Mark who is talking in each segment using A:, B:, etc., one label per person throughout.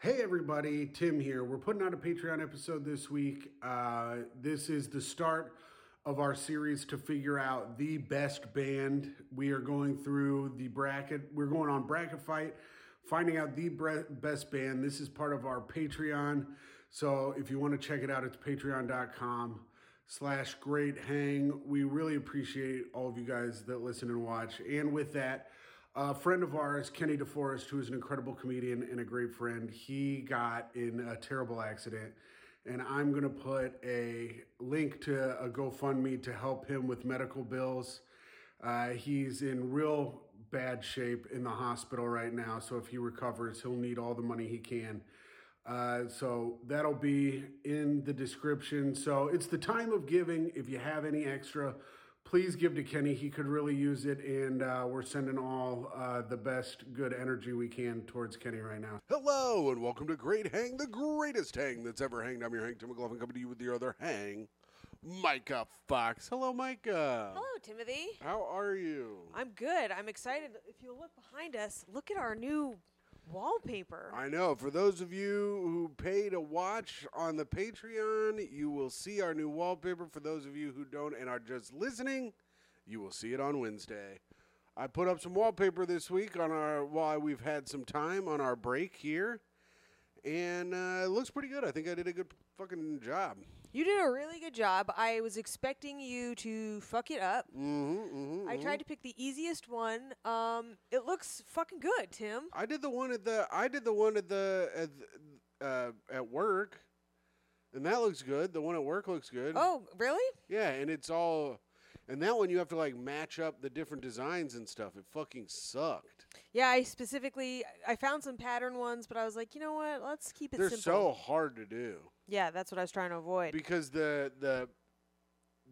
A: Hey everybody, Tim here. We're putting out a Patreon episode this week. Uh, this is the start of our series to figure out the best band. We are going through the bracket. We're going on bracket fight, finding out the bre- best band. This is part of our Patreon. So if you want to check it out, it's patreon.com slash great hang. We really appreciate all of you guys that listen and watch. And with that, a friend of ours, Kenny DeForest, who is an incredible comedian and a great friend, he got in a terrible accident. And I'm going to put a link to a GoFundMe to help him with medical bills. Uh, he's in real bad shape in the hospital right now. So if he recovers, he'll need all the money he can. Uh, so that'll be in the description. So it's the time of giving. If you have any extra, please give to Kenny. He could really use it. And uh, we're sending all uh, the best good energy we can towards Kenny right now.
B: Hello and welcome to Great Hang, the greatest hang that's ever hanged. I'm your Hank Tim McLaughlin, coming to you with your other hang, Micah Fox. Hello, Micah.
C: Hello, Timothy.
B: How are you?
C: I'm good. I'm excited. If you look behind us, look at our new wallpaper.
B: I know. For those of you who pay to watch on the Patreon, you will see our new wallpaper. For those of you who don't and are just listening, you will see it on Wednesday. I put up some wallpaper this week on our while we've had some time on our break here, and uh, it looks pretty good. I think I did a good fucking job.
C: You did a really good job. I was expecting you to fuck it up.
B: Mm-hmm,
C: I tried to pick the easiest one. Um, it looks fucking good, Tim.
B: mm-hmm. I did the one at the I did the one at the at, the- uh, at work, and that looks good. The one at work looks good.
C: Oh, really?
B: Yeah, and it's all, and that one you have to like match up the different designs and stuff. It fucking sucked.
C: Yeah, I specifically I found some pattern ones, but I was like, you know what? Let's keep it
B: They're so
C: simple.
B: hard to do
C: yeah, that's what I was trying to avoid.
B: because the the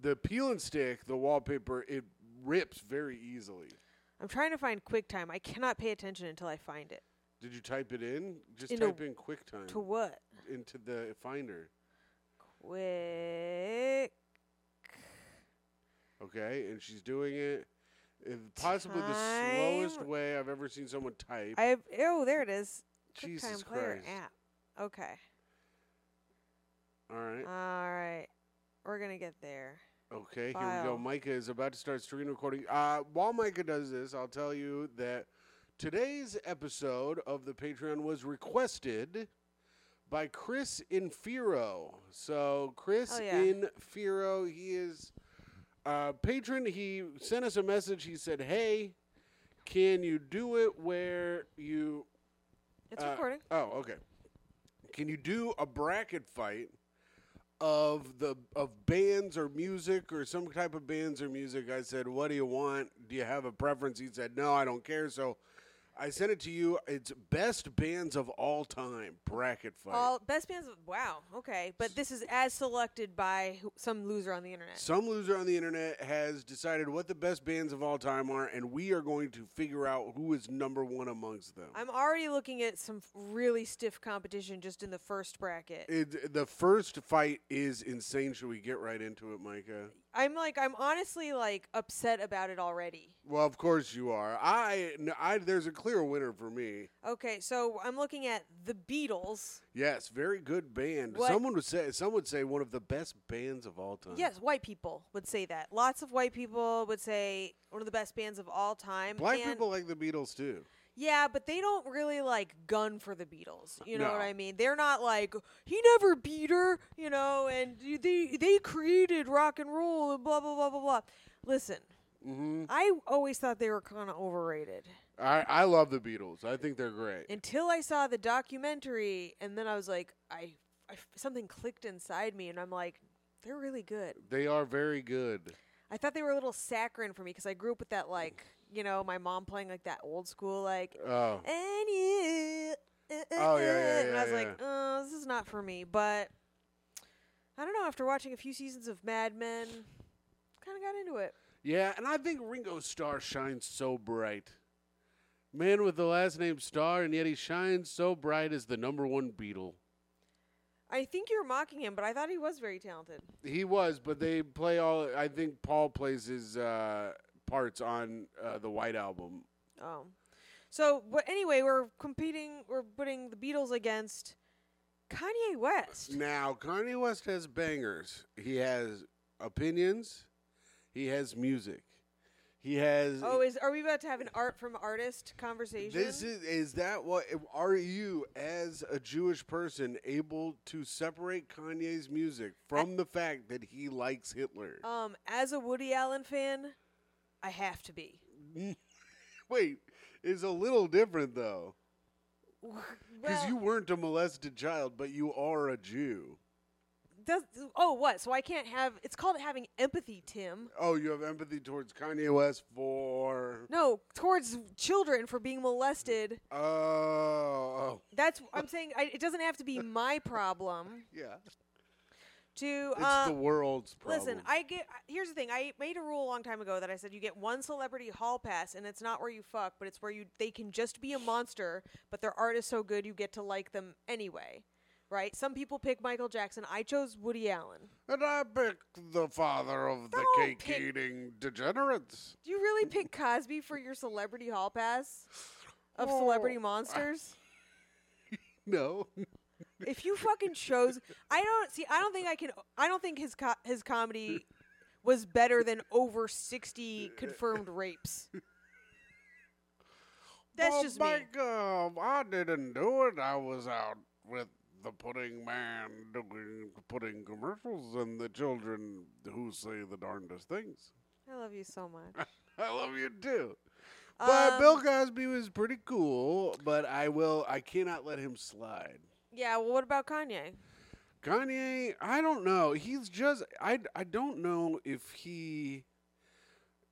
B: the peel and stick, the wallpaper, it rips very easily.
C: I'm trying to find QuickTime. I cannot pay attention until I find it.
B: Did you type it in? Just
C: Into-
B: type in QuickTime
C: To what?
B: into the finder.
C: Quick.
B: Okay, and she's doing it in possibly the slowest
C: Time.
B: way I've ever seen someone type.
C: I have, oh, there it is.
B: Jesus
C: QuickTime Player
B: Christ.
C: app. Okay.
B: All right.
C: All right. We're going to get there.
B: Okay, here we go.
C: file.
B: Micah is about to start screen recording. Uh, while Micah does this, I'll tell you that today's episode of the Patreon was requested by Chris Infiro. So Chris
C: Oh, yeah.
B: Infiro, he is a patron. He sent us a message. He said, "Hey, can you do it where you
C: It's
B: uh,
C: recording.
B: Oh, okay. Can you do a bracket fight of the of bands or music or some type of bands or music? I said, "What do you want? Do you have a preference?" He said, "No, I don't care." So I sent it to you. It's best bands of all time bracket fight.
C: All best bands. of- Wow. Okay. But this is as selected by who- some loser on the internet.
B: some loser on the internet has decided what the best bands of all time are, and we are going to figure out who is number one amongst them.
C: I'm already looking at some f- really stiff competition just in the first bracket.
B: It- the first fight is insane. Should we get right into it, Micah?
C: I'm like, I'm honestly like upset about it already.
B: Well, of course you are. I, n- I- there's a clear winner for me.
C: Okay. So I'm looking at the Beatles.
B: Yes, very good band.
C: What-
B: Someone would say some would say one of the best bands of all time.
C: Yes, white people would say that. Lots of white people would say one of the best bands of all time.
B: Black
C: and-
B: people like the Beatles too.
C: Yeah, but they don't really like gun for the Beatles. You know
B: No.
C: what I mean? They're not like he never beat her, you know, and they they created rock and roll and blah blah blah blah blah. Listen, I always thought they were kind of overrated
B: I, I love the Beatles. I think they're great.
C: until I saw the documentary, and then I was like, I, I something clicked inside me, and I'm like, they're really good.
B: they are very good.
C: I thought they were a little saccharine for me because I grew up with that like you know my mom playing like that old school like
B: Oh.
C: and you uh, uh,
B: Oh, yeah, yeah,
C: uh," and I was
B: yeah,
C: like oh this is not for me but I don't know after watching a few seasons of Mad Men kind of got into it
B: Yeah, and I think Ringo Starr shines so bright. Man with the last name Starr, and yet he shines so bright as the number one Beatle.
C: I think you're mocking him but I thought he was very talented
B: He was, but they play all. I think Paul plays his uh, parts on uh, the White Album.
C: oh So, but anyway, we're competing. We're putting the Beatles against Kanye West.
B: Now, Kanye West has bangers. He has opinions. He has music. He has.
C: Oh, is are we about to have an art from artist conversation?
B: this is is that what are you as a Jewish person able to separate Kanye's music from the fact that he likes Hitler?
C: um, as a Woody Allen fan, I have to be.
B: Wait, it's a little different though,
C: Well,
B: because you weren't a molested child, but you are a Jew.
C: does, oh what? So I can't have. It's called having empathy, Tim.
B: Oh, you have empathy towards Kanye West for.
C: No, towards children for being molested.
B: Oh, oh
C: That's I'm saying. I, it doesn't have to be my problem.
B: yeah.
C: To
B: It's
C: uh,
B: the world's problem.
C: Listen, I get. Here's the thing. I made a rule a long time ago that I said you get one celebrity hall pass, and it's not where you fuck, but it's where you they can just be a monster, but their art is so good you get to like them anyway, right? Some people pick Michael Jackson. I chose Woody Allen.
B: And I picked the father of the
C: Don't pick-
B: cake eating degenerates.
C: Do you really pick Cosby for your celebrity hall pass of
B: Oh.
C: celebrity monsters?
B: No.
C: if you fucking chose, I don't see. I don't think I can. I don't think his co- his comedy was better than over sixty confirmed rapes. That's
B: oh
C: just me.
B: my God, I didn't do it. I was out with the pudding man doing pudding commercials and the children who say the darndest things.
C: I love you so much.
B: I love you too. But
C: Um,
B: Bill Cosby was pretty cool, but I will I cannot let him slide.
C: Yeah. Well, what about Kanye?
B: Kanye, I don't know. He's just I I don't know if he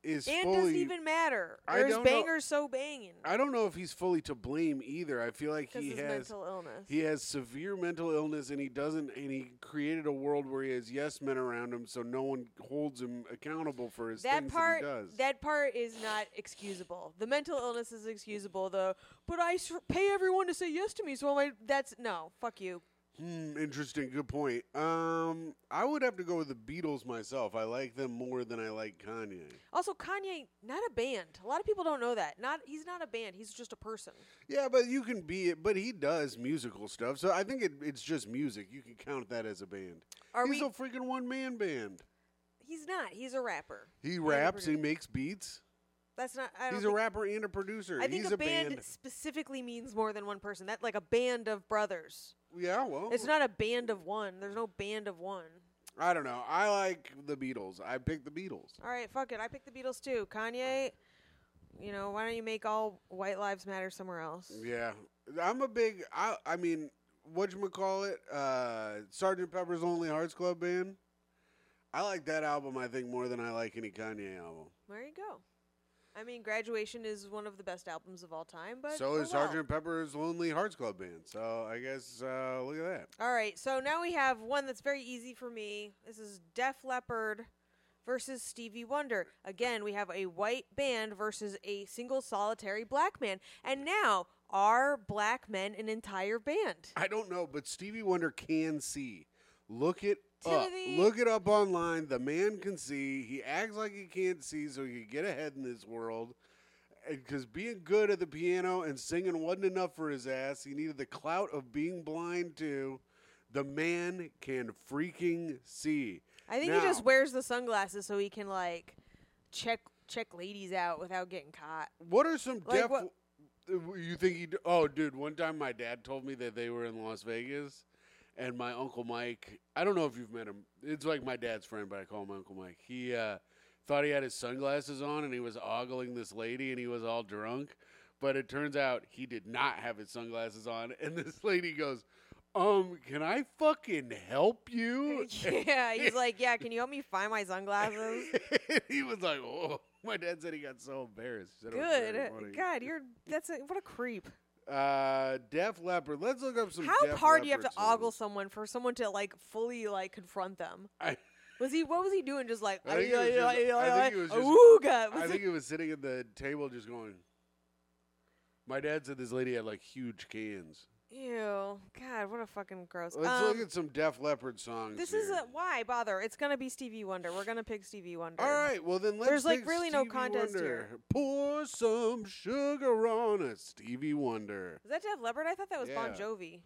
B: is
C: And
B: fully
C: does it even matter?
B: I
C: Or is
B: don't know.
C: bangers so banging?
B: I don't know if he's fully to blame either. I feel like
C: Because
B: he
C: his
B: has
C: mental illness.
B: he has severe mental illness and he doesn't and he created a world where he has yes men around him so no one holds him accountable for his
C: that
B: things
C: part
B: that he does.
C: that part is not excusable. The mental illness is excusable. The but I s- pay everyone to say yes to me, so am I, that's no. Fuck you.
B: Hmm, interesting, good point. Um I would have to go with the Beatles myself. I like them more than I like Kanye.
C: Also, Kanye, not a band. A lot of people don't know that. Not he's not a band. He's just a person.
B: Yeah, but you can be it but he does musical stuff. So I think it, it's just music. You can count that as a band.
C: Are
B: he's
C: we?
B: a freaking one man band.
C: he's not. He's a rapper.
B: He
C: a
B: raps, he
C: producer.
B: makes beats.
C: That's not. I don't
B: He's a
C: think,
B: rapper and a producer.
C: I think
B: he's
C: a band,
B: band.
C: specifically means more than one person. That like a band of brothers.
B: Yeah, well,
C: It's not a band of one. There's no band of one.
B: I don't know. I like the Beatles. I picked the Beatles.
C: All right, fuck it. I picked the Beatles too. Kanye, you know, why don't you make all white lives matter somewhere else?
B: Yeah, I'm a big. I I mean, what you call it? Uh, Sergeant Pepper's Lonely Hearts Club Band. I like that album. I think more than I like any Kanye album.
C: There you go. I mean, Graduation is one of the best albums of all time, but oh
B: so is
C: well.
B: Sergeant Pepper's Lonely Hearts Club Band. So I guess uh, look at that.
C: All right, so now we have one that's very easy for me. This is Def Leppard versus Stevie Wonder. Again, we have a white band versus a single solitary black man. And now, are black men an entire band?
B: I don't know, but Stevie Wonder can see. Look it up.
C: Timothy-
B: Look it up online. The man can see. He acts like he can't see, so he can get ahead in this world. Because being good at the piano and singing wasn't enough for his ass. He needed the clout of being blind too. The man can freaking see.
C: I think
B: Now-
C: he just wears the sunglasses so he can like check check ladies out without getting caught.
B: What are some
C: Like
B: deaf?
C: what-
B: You think he? d- Oh, dude! One time, my dad told me that they were in Las Vegas, and my uncle Mike. I don't know if you've met him. It's like my dad's friend, but I call him Uncle Mike. He uh, thought he had his sunglasses on, and he was ogling this lady, and he was all drunk. But it turns out he did not have his sunglasses on, and this lady goes, "Um, can I fucking help you?"
C: yeah, he's like, yeah, can you help me find my sunglasses?
B: he was like, "Oh." My dad said he got so embarrassed. He said it was very
C: Good.
B: funny.
C: God, you're that's a, what a creep.
B: Uh, Def Leppard. Let's look up some.
C: How
B: Def
C: hard do you have to
B: Leppard
C: ogle
B: songs.
C: someone for someone to like fully like confront them?
B: I,
C: Was he? What was he doing? Just like,
B: I think he was just- I think he was just-
C: ooga.
B: I think he was sitting at the table just going. My dad said this lady had like huge cans.
C: Ew, God, what a of fucking gross.
B: Let's
C: Um,
B: look at some Def Leppard songs.
C: this
B: here.
C: is a, why bother. It's gonna be Stevie Wonder. We're gonna pick Stevie Wonder.
B: All right, well then let's.
C: There's, like,
B: pick
C: really no
B: Stevie
C: contest
B: Wonder.
C: here.
B: Pour some sugar on a Stevie Wonder.
C: Is that Def Leppard? I thought that was Bon
B: Yeah.
C: Jovi.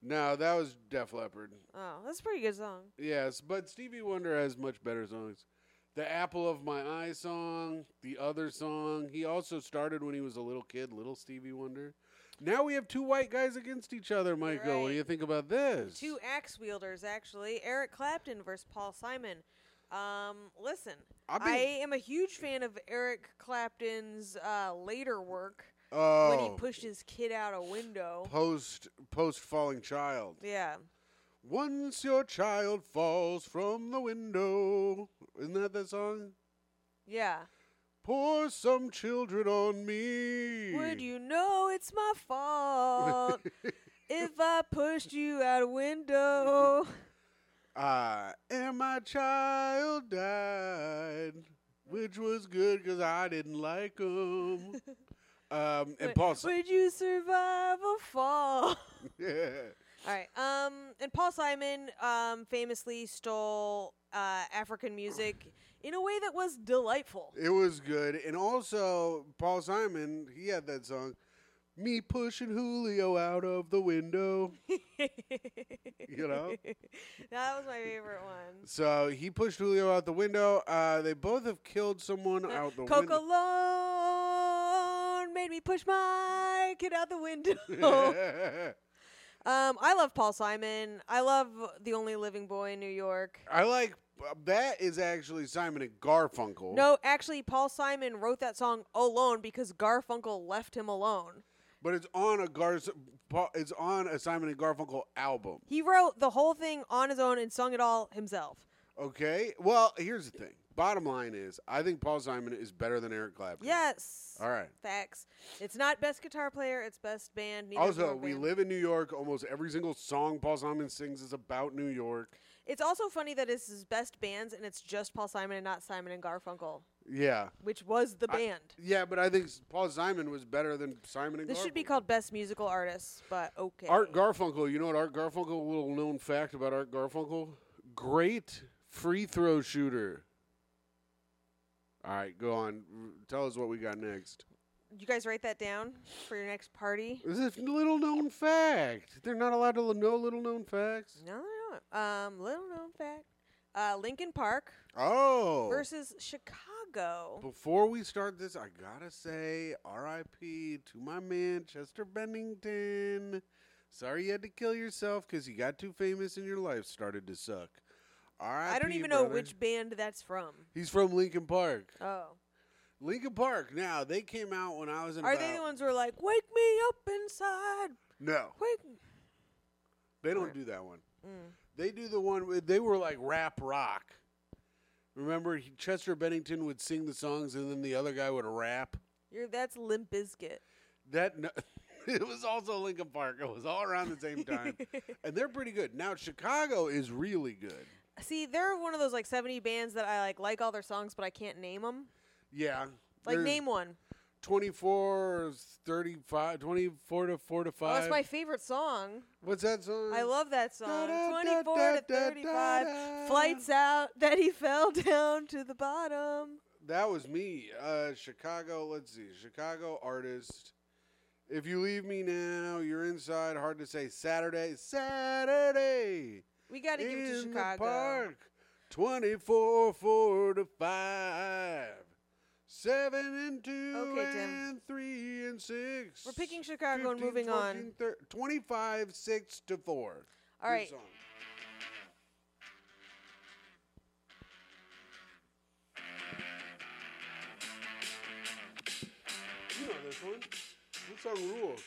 B: No, that was Def Leppard.
C: Oh, that's a pretty good song.
B: Yes, but Stevie Wonder has much better songs. The Apple of My Eye song, the other song. He also started when he was a little kid, Little Stevie Wonder. Now we have two white guys against each other, Michael. What do
C: right.
B: you think about this?
C: Two axe wielders, actually. Eric Clapton versus Paul Simon. Um, listen,
B: I mean-
C: I am a huge fan of Eric Clapton's uh, later work
B: oh,
C: when he pushed his kid out a window.
B: post post falling child.
C: Yeah.
B: Once your child falls from the window. Isn't that that song?
C: Yeah.
B: Pour some children on me.
C: Would you know it's my fault if I pushed you out a window?
B: I Uh, and my child died, which was good because I didn't like him. um, and
C: Would-
B: Paul, Si-
C: Would you survive a fall?
B: yeah,
C: All right. Um, and Paul Simon um, famously stole uh, African music in a way that was delightful.
B: it was good. And also, Paul Simon, he had that song, "Me pushing Julio out of the window."
C: you
B: know?
C: that was my favorite one.
B: So he pushed Julio out the window. Uh, they both have killed someone out the
C: Coke
B: window.
C: alone made me push my kid out the window. um, I love Paul Simon. I love the only living boy in New York.
B: I like uh, that is actually Simon and Garfunkel.
C: No, actually, Paul Simon wrote that song alone because Garfunkel left him alone.
B: But it's on a Gar. Paul- It's on a Simon and Garfunkel album.
C: He wrote the whole thing on his own and sung it all himself.
B: Okay. Well, here's the thing. Bottom line is, I think Paul Simon is better than Eric Clapton.
C: Yes.
B: All right.
C: Facts. It's not best guitar player. It's best band. Neither of them
B: Also,
C: are
B: we
C: band.
B: live in New York. Almost every single song Paul Simon sings is about New York.
C: It's also funny that it's his best bands, and it's just Paul Simon and not Simon and Garfunkel,
B: Yeah.
C: which was the
B: I-
C: band.
B: Yeah, but I think s- Paul Simon was better than Simon and
C: This
B: Garfunkel.
C: should be called Best Musical Artists, but okay.
B: Art Garfunkel. You know what Art Garfunkel? Little known fact about Art Garfunkel: great free throw shooter. All right, go on. R- Tell us what we got next.
C: you guys write that down for your next party.
B: This is a little known fact. They're not allowed to l- know little known facts.
C: No, no, no. Um, little known fact: uh, Lincoln Park
B: Oh.
C: versus Chicago.
B: Before we start this, I gotta say R.I.P. to my man Chester Bennington. Sorry you had to kill yourself because you got too famous and your life started to suck. R.I.P.
C: I don't even know
B: brother.
C: which band that's from.
B: He's from Lincoln Park.
C: Oh,
B: Lincoln Park. Now they came out when I was in.
C: are
B: about,
C: they the ones who are like, "Wake me up inside"?
B: No,
C: Wake.
B: they don't
C: Alright.
B: do that one.
C: Mm.
B: They do the one. with- They were like rap rock. Remember, he, Chester Bennington would sing the songs, and then the other guy would rap.
C: You're that's Limp Bizkit.
B: That no, it was also Lincoln Park. It was all around the same time, and they're pretty good. Now Chicago is really good.
C: See, they're one of those like 70 bands that I like like all their songs, but I can't name them.
B: Yeah,
C: Like
B: there's
C: name one.
B: 24, 35, 24 to four to
C: Oh,
B: five.
C: that's my favorite song.
B: What's that song?
C: I love that song.
B: da, da,
C: 24
B: da,
C: to
B: da,
C: 35
B: da.
C: flights out that he fell down to the bottom.
B: that was me. Uh, Chicago. Let's see, Chicago artist. If you leave me now, you're inside. Hard to say. Saturday, Saturday.
C: We got to give it to
B: in the
C: Chicago.
B: park, 24, 4 to 5. 7 and 2
C: Okay, Tim.
B: and 3 and 6.
C: We're picking Chicago and
B: 15,
C: moving
B: 14,
C: on.
B: thir- 25, 6 to 4.
C: All
B: Good
C: right.
B: song. You know this one. This song rules.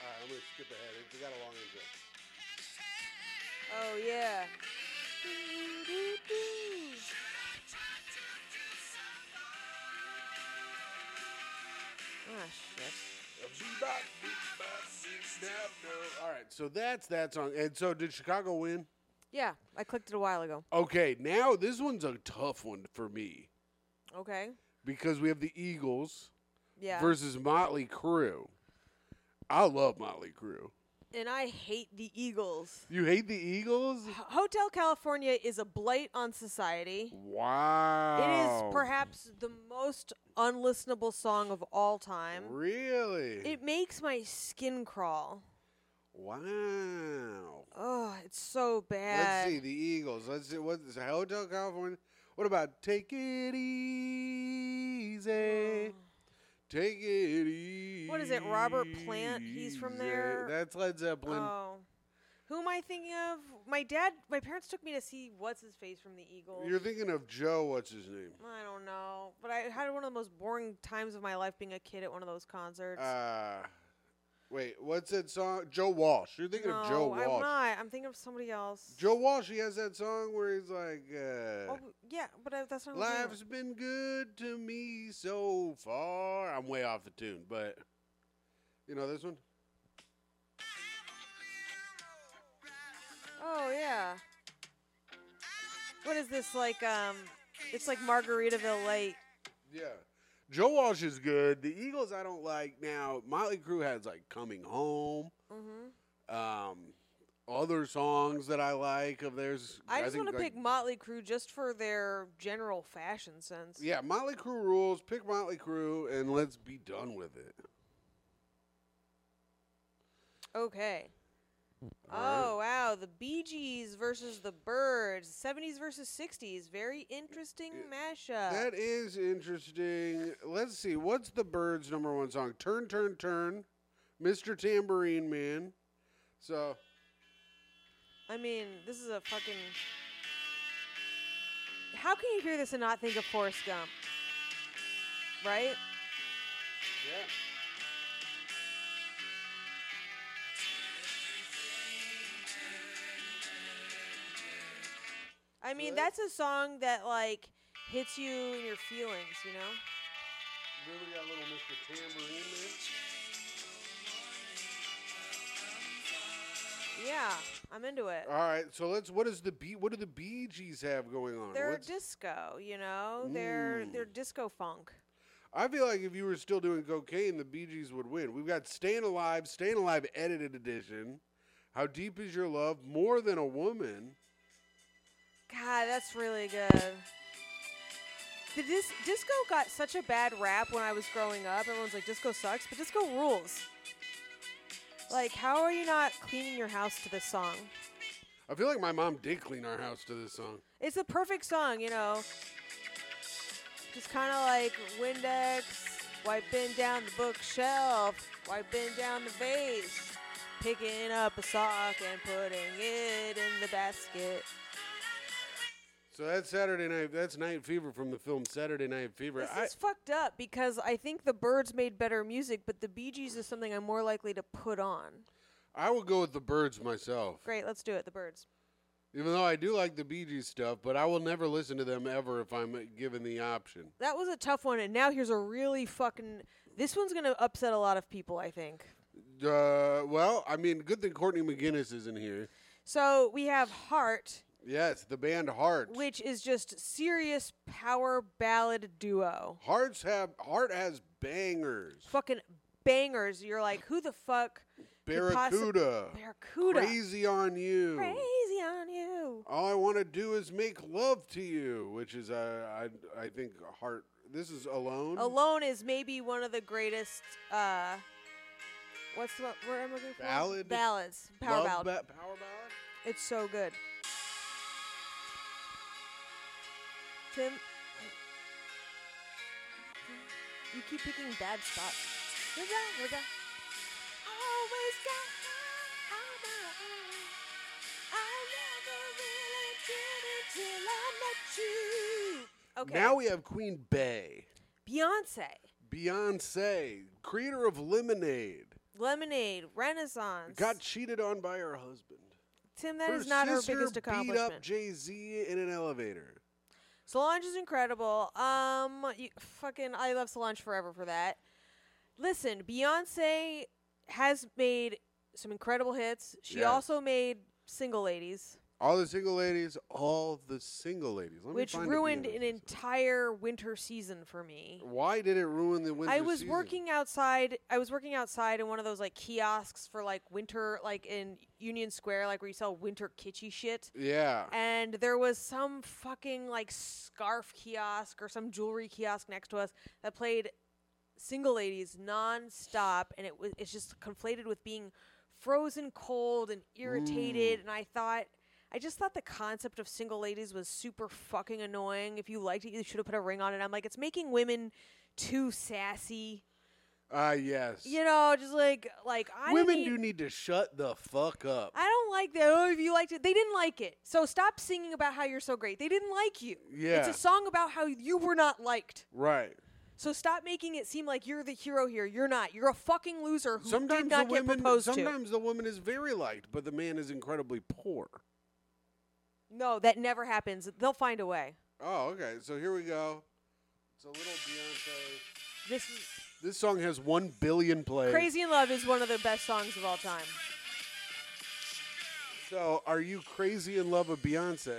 B: All right, I'm going to skip ahead. We got a long intro.
C: Oh, yeah. Ah, shit.
B: All right, so that's that song. And so, did Chicago win?
C: Yeah, I clicked it a while ago.
B: Okay, now this one's a tough one for me
C: Okay.
B: because we have the Eagles
C: Yeah.
B: versus Motley Crue. I love Motley Crue.
C: and I hate the Eagles.
B: You hate the Eagles?
C: H- Hotel California is a blight on society.
B: Wow.
C: It is perhaps the most unlistenable song of all time.
B: Really?
C: It makes my skin crawl.
B: wow.
C: Oh, it's so bad.
B: Let's see the Eagles. Let's see what's Hotel California. What about Take It Easy?
C: Mm.
B: Take it easy.
C: Oh. What is it, Robert Plant? He's from there.
B: That's Led Zeppelin.
C: Oh. Who am I thinking of? My dad, my parents took me to see what's his face from the Eagles.
B: You're thinking of Joe. What's his name?
C: I don't know, but I had one of the most boring times of my life being a kid at one of those concerts.
B: Uh, wait. What's that song? Joe Walsh. You're thinking
C: no,
B: of Joe Walsh.
C: I'm not. I'm thinking of somebody else.
B: Joe Walsh. He has that song where he's like, uh,
C: Oh, yeah, but I, that's not. who I'm thinking of.
B: "Life's been good to me so far." I'm way off the tune, but you know this one.
C: Oh yeah. What is this like? Um, it's like Margaritaville Lake.
B: Yeah. Joe Walsh is good. The Eagles I don't like. Now Motley Crue has like "Coming Home."
C: hmm
B: Um, other songs that I like of theirs.
C: I just
B: think,
C: want to
B: like,
C: pick Motley Crue just for their general fashion sense.
B: Yeah, Motley Crue rules. Pick Motley Crue and let's be done with it.
C: Okay.
B: All right.
C: Oh wow, the Bee Gees versus the Birds, '70s versus '60s. Very interesting mashup.
B: That is interesting. Let's see. What's the Birds' number one song? Turn, turn, turn. Mr. Tambourine Man. So
C: I mean, this is a fucking. How can you hear this and not think of Forrest Gump? Right?
B: yeah.
C: I mean,
B: Right.
C: that's a song that like hits you in your feelings, you know.
B: Then we got little Mr. Tambourine Man.
C: Yeah, I'm into it.
B: All right. So let's. What is the B? What do the Bee Gees have going on?
C: They're
B: What's-
C: disco, you know. They're
B: Mm.
C: they're disco funk.
B: I feel like if you were still doing cocaine, the Bee Gees would win. We've got Staying Alive, Staying Alive edited edition. How deep is your love? More than a woman.
C: God, that's really good. The dis- disco got such a bad rap when I was growing up. Everyone's like, disco sucks, but disco rules. Like, how are you not cleaning your house to this song?
B: I feel like my mom did clean our house to this song.
C: It's the perfect song, you know. Just kind of like Windex, wiping down the bookshelf, wiping down the vase, picking up a sock and putting it in the basket.
B: So that's Saturday night. That's Night Fever from the film Saturday Night Fever.
C: This
B: I,
C: is fucked up because I think the Birds made better music, but the Bee Gees is something I'm more likely to put on.
B: I would go with the Birds myself,
C: Great, let's do it. The Birds.
B: even though I do like the Bee Gees stuff. But I will never listen to them ever if I'm uh, given the option.
C: That was a tough one, and now here's a really fucking. This one's gonna upset a lot of people, I think.
B: Uh, well, I mean, good thing Courtney McGinnis isn't here.
C: So we have Heart,
B: Yes, the band Heart.
C: which is just serious power ballad duo.
B: Hearts have Heart has bangers.
C: Fucking bangers. You're like, who the fuck? could possi-
B: Barracuda.
C: Barracuda.
B: Crazy on you.
C: Crazy on you.
B: All I want to do is make love to you, which is uh, I I think Heart. This is alone.
C: Alone is maybe one of the greatest. uh What's the where am I looking for?
B: Ballad?
C: Ballads. Power
B: Love
C: ballad.
B: ba- power ballad.
C: it's so good. Tim, you keep picking bad spots. Always got Okay.
B: Now we have Queen Bey,
C: Beyonce,
B: Beyonce, creator of Lemonade,
C: Lemonade, Renaissance.
B: got cheated on by her husband.
C: Tim, that
B: her
C: is not her
B: sister
C: biggest
B: beat up
C: accomplishment.
B: Jay Z in an elevator.
C: Solange is incredible. Um, you, fucking, I love Solange forever for that. Listen, Beyonce has made some incredible hits. She
B: Yes.
C: also made Single Ladies.
B: All the single ladies, all the single ladies. Let me
C: which
B: find a
C: ruined
B: piano
C: an
B: system.
C: entire winter season for me.
B: Why did it ruin the winter?
C: I was
B: season?
C: working outside. I was working outside in one of those like kiosks for like winter, like in Union Square, like where you sell winter kitschy shit.
B: Yeah.
C: And there was some fucking like scarf kiosk or some jewelry kiosk next to us that played single ladies nonstop, and it was it's just conflated with being frozen cold and
B: Mm.
C: irritated. And I thought. I just thought the concept of single ladies was super fucking annoying. If you liked it, you should have put a ring on it. I'm like, it's making women too sassy.
B: Ah, yes.
C: You know, just like like I didn't
B: Women
C: need-
B: do need to shut the fuck up.
C: I don't like that. Oh, if you liked it, they didn't like it. So stop singing about how you're so great. They didn't like you.
B: Yeah.
C: It's a song about how you were not liked.
B: right.
C: So stop making it seem like you're the hero here. You're not. You're a fucking loser who did
B: Sometimes the
C: not get
B: women.
C: proposed to.
B: Sometimes the woman is very liked, but the man is incredibly poor.
C: No, that never happens. They'll find a way.
B: Oh, okay. So here we go. It's a little Beyonce.
C: This is,
B: This song has one billion plays.
C: Crazy in Love is one of the best songs of all time.
B: So, are you crazy in love with Beyonce?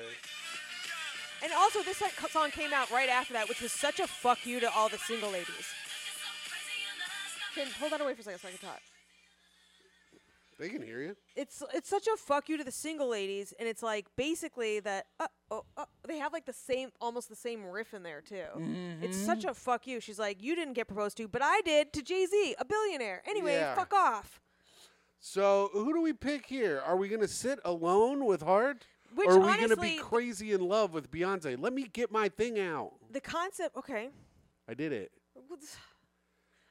C: And also, this like, co- song came out right after that, which was such a fuck you to all the single ladies. Can hold that away for a second so I can talk.
B: They can hear you.
C: it's it's such a fuck you to the single ladies, and it's like basically that uh, oh, oh, they have like the same almost the same riff in there too. It's such a fuck you. She's like, you didn't get proposed to, but I did to Jay Z, a billionaire. Anyway,
B: Yeah.
C: fuck off.
B: So, who do we pick here? Are we going to sit alone with Heart?
C: Which,
B: or are we going to be
C: honestly-
B: crazy in love with Beyonce? Let me get my thing out.
C: The concept, okay.
B: I did it.
C: What's-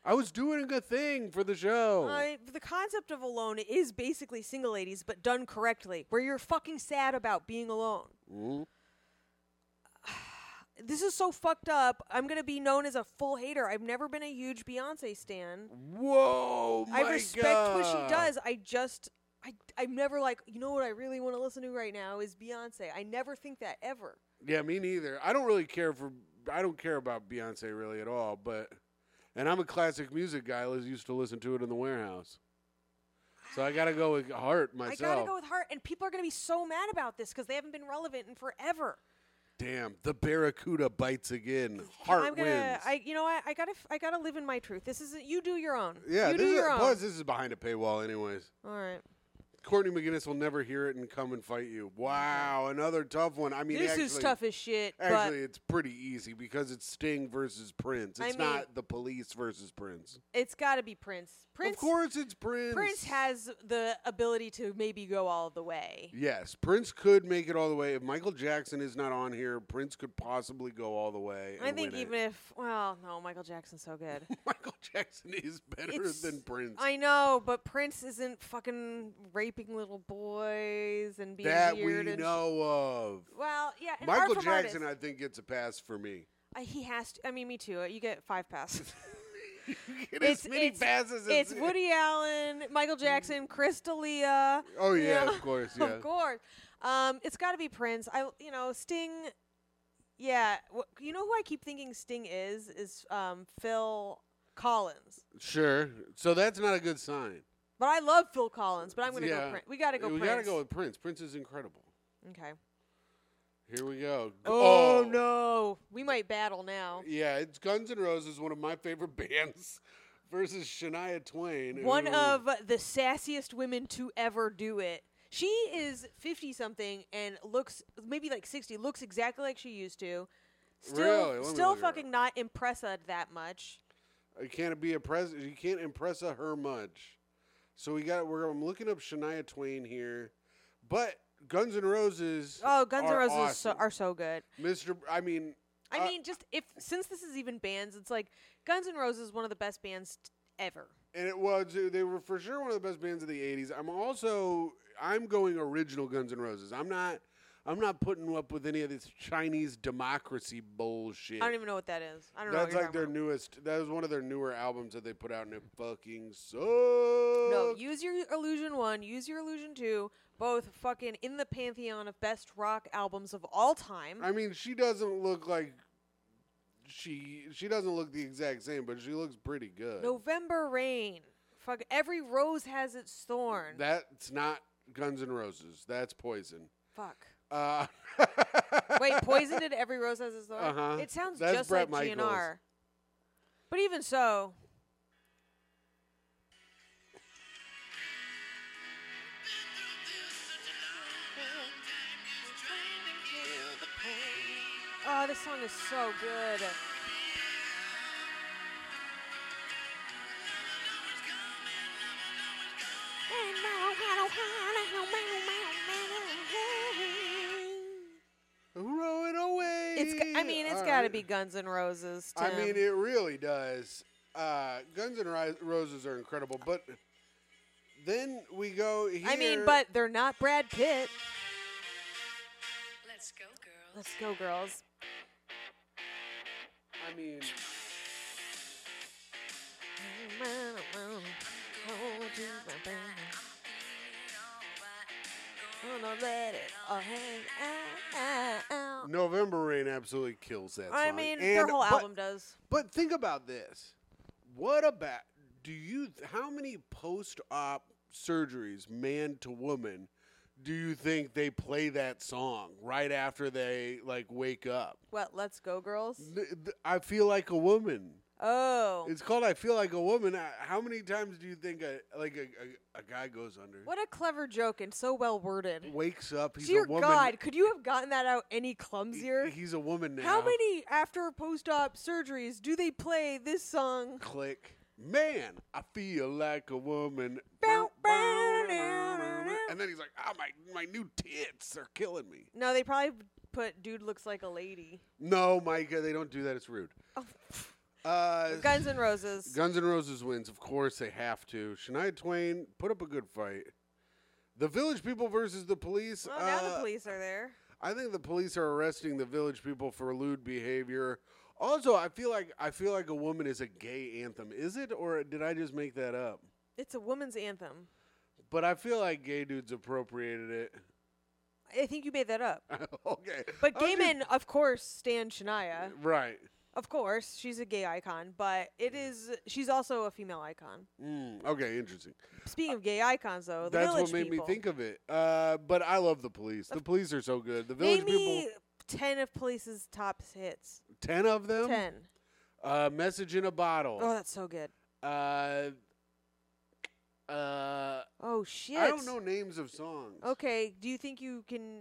B: I was doing a good thing for the show.
C: I, the concept of alone is basically single ladies, but done correctly, where you're fucking sad about being alone.
B: Mm.
C: This is so fucked up. I'm gonna be known as a full hater. I've never been a huge Beyonce stan.
B: Whoa, my
C: I respect what
B: God.
C: she does. I just I I'm never like, you know what I really want to listen to right now is Beyonce. I never think that ever.
B: Yeah, me neither. I don't really care for. I don't care about Beyonce really at all. But, and I'm a classic music guy. I was used to listen to it in the warehouse. So I gotta go with Heart myself.
C: I gotta go with heart, and people are gonna be so mad about this because they haven't been relevant in forever.
B: Damn, the Barracuda bites again.
C: I'm
B: Heart
C: gonna,
B: wins.
C: I you know what? I gotta f- I gotta live in my truth. This isn't you do your own.
B: yeah,
C: you
B: this
C: do
B: is,
C: your own.
B: plus this is behind a paywall, anyways.
C: All right.
B: Courtney McGinnis will never hear it and come and fight you. Wow, another tough one. I mean,
C: this
B: actually,
C: is tough as shit.
B: Actually, it's pretty easy because it's Sting versus Prince.
C: I
B: It's
C: mean-
B: not the police versus Prince.
C: but it's gotta be Prince. Prince
B: Of course, it's Prince.
C: Prince has the ability to maybe go all the way.
B: Yes, Prince could make it all the way. If Michael Jackson is not on here, Prince could possibly go all the way.
C: I
B: and
C: think
B: win it.
C: even if well, no, Michael Jackson's so good.
B: Michael Jackson is better
C: It's-
B: than Prince.
C: I know, but Prince isn't fucking raping little boys and being
B: that
C: weird.
B: we
C: and
B: know of.
C: Well, yeah, and
B: Michael
C: art from
B: Jackson,
C: artists.
B: I think, gets a pass for me.
C: Uh, he has to. I mean, me too. uh, You get five passes.
B: Get as many passes as
C: It's Woody Allen, Michael Jackson, Chris D'Elia.
B: Oh
C: you
B: yeah,
C: know?
B: of course, yeah.
C: of course. Um, it's got to be Prince. I, you know, Sting. Yeah, wh- you know who I keep thinking Sting is is um, Phil Collins.
B: Sure. So that's not a good sign.
C: But I love Phil Collins. But I'm gonna
B: Yeah.
C: go Prince. We gotta go.
B: We
C: Prince.
B: gotta go with Prince. Prince is incredible.
C: Okay.
B: Here we go.
C: Oh, no, we might battle now.
B: Yeah, it's Guns N' Roses, one of my favorite bands, versus Shania Twain.
C: One
B: who-
C: of the sassiest women to ever do it. She is fifty something and looks maybe like sixty. Looks exactly like she used to. Still,
B: Really? Let me
C: still
B: look her up.
C: fucking not impressive that much.
B: You can't be a pres. You can't impress a her much. So we got. We're. I'm looking up Shania Twain here, but Guns N' Roses.
C: Oh, Guns N'
B: are
C: Roses so,
B: awesome.
C: are so good.
B: Mr. I mean,
C: I
B: Uh,
C: mean, just if since this is even bands, it's like Guns N' Roses is one of the best bands t- ever.
B: and it was they were for sure one of the best bands of the '80s. I'm also I'm going original Guns N' Roses. I'm not. I'm not putting up with any of this Chinese democracy bullshit.
C: I don't even know what that is. I don't
B: That's
C: know. What you're
B: like their
C: talking about.
B: newest. That was one of their newer albums that they put out, and it fucking sucks.
C: No, use your illusion one, use your illusion two, both fucking in the pantheon of best rock albums of all time.
B: I mean, she doesn't look like she she doesn't look the exact same, but she looks pretty good.
C: November Rain. Fuck every rose has its thorn.
B: that's not Guns N' Roses. That's Poison.
C: Fuck.
B: Uh,
C: Wait, Poison did Every Rose Has Its Thorn?
B: Uh-huh.
C: It sounds
B: That's
C: just
B: Bret
C: like
B: Michaels.
C: GNR. But even so, oh, this song is so good.
B: Throw it away.
C: It's. g- I mean, it's
B: All
C: got to
B: right.
C: be Guns N' Roses. Tim.
B: I mean, it really does. Uh, Guns and Ri- Roses are incredible, but then we go here.
C: I mean, but they're not Brad Pitt.
D: Let's go, girls.
C: Let's go, girls.
B: I mean, November Rain absolutely kills that song.
C: I mean, their
B: And-
C: whole
B: but-
C: album does.
B: But think about this. What about do you how many post-op surgeries man to woman do you think they play that song right after they like wake up?
C: What? Let's go, girls.
B: Th- th- I feel like a woman.
C: Oh,
B: It's called "I Feel Like a Woman." Uh, How many times do you think a like a, a, a guy goes under,
C: what a clever joke and so well worded.
B: wakes up? He's
C: Dear
B: a woman.
C: God, could you have gotten that out any clumsier?
B: he- he's a woman now.
C: How many after post-op surgeries do they play this song?
B: Click, man. I feel like a woman.
C: Bow, bow, down, down, down.
B: And then he's like, "Ah, my my new tits are killing me."
C: No, they probably put "Dude looks like a lady."
B: No, Micah, they don't do that. It's rude.
C: Oh.
B: Uh,
C: Guns and Roses.
B: Guns N' Roses wins. Of course, they have to. Shania Twain put up a good fight. The Village People versus the Police.
C: well, now the
B: uh,
C: police are there.
B: I think the police are arresting the village people for lewd behavior. Also, I feel like I feel like a woman is a gay anthem. Is it, or did I just make that up?
C: It's a woman's anthem.
B: But I feel like gay dudes appropriated it.
C: I think you made that up.
B: okay,
C: But
B: I was
C: gay men, of course, stand Shania.
B: just- right?
C: Of course, she's a gay icon, but it is she's also a female icon.
B: Mm, okay, interesting.
C: Speaking of gay icons, though, Oh, the
B: That's
C: village
B: what made
C: people.
B: me think of it. Uh, but I love the police. The police are so good. The village
C: Name me
B: people,
C: ten of Police's top hits.
B: ten of them.
C: Ten.
B: Uh, message in a bottle.
C: Oh, that's so good.
B: Uh, uh,
C: Oh shit.
B: I don't know names of songs.
C: Okay, do you think you can?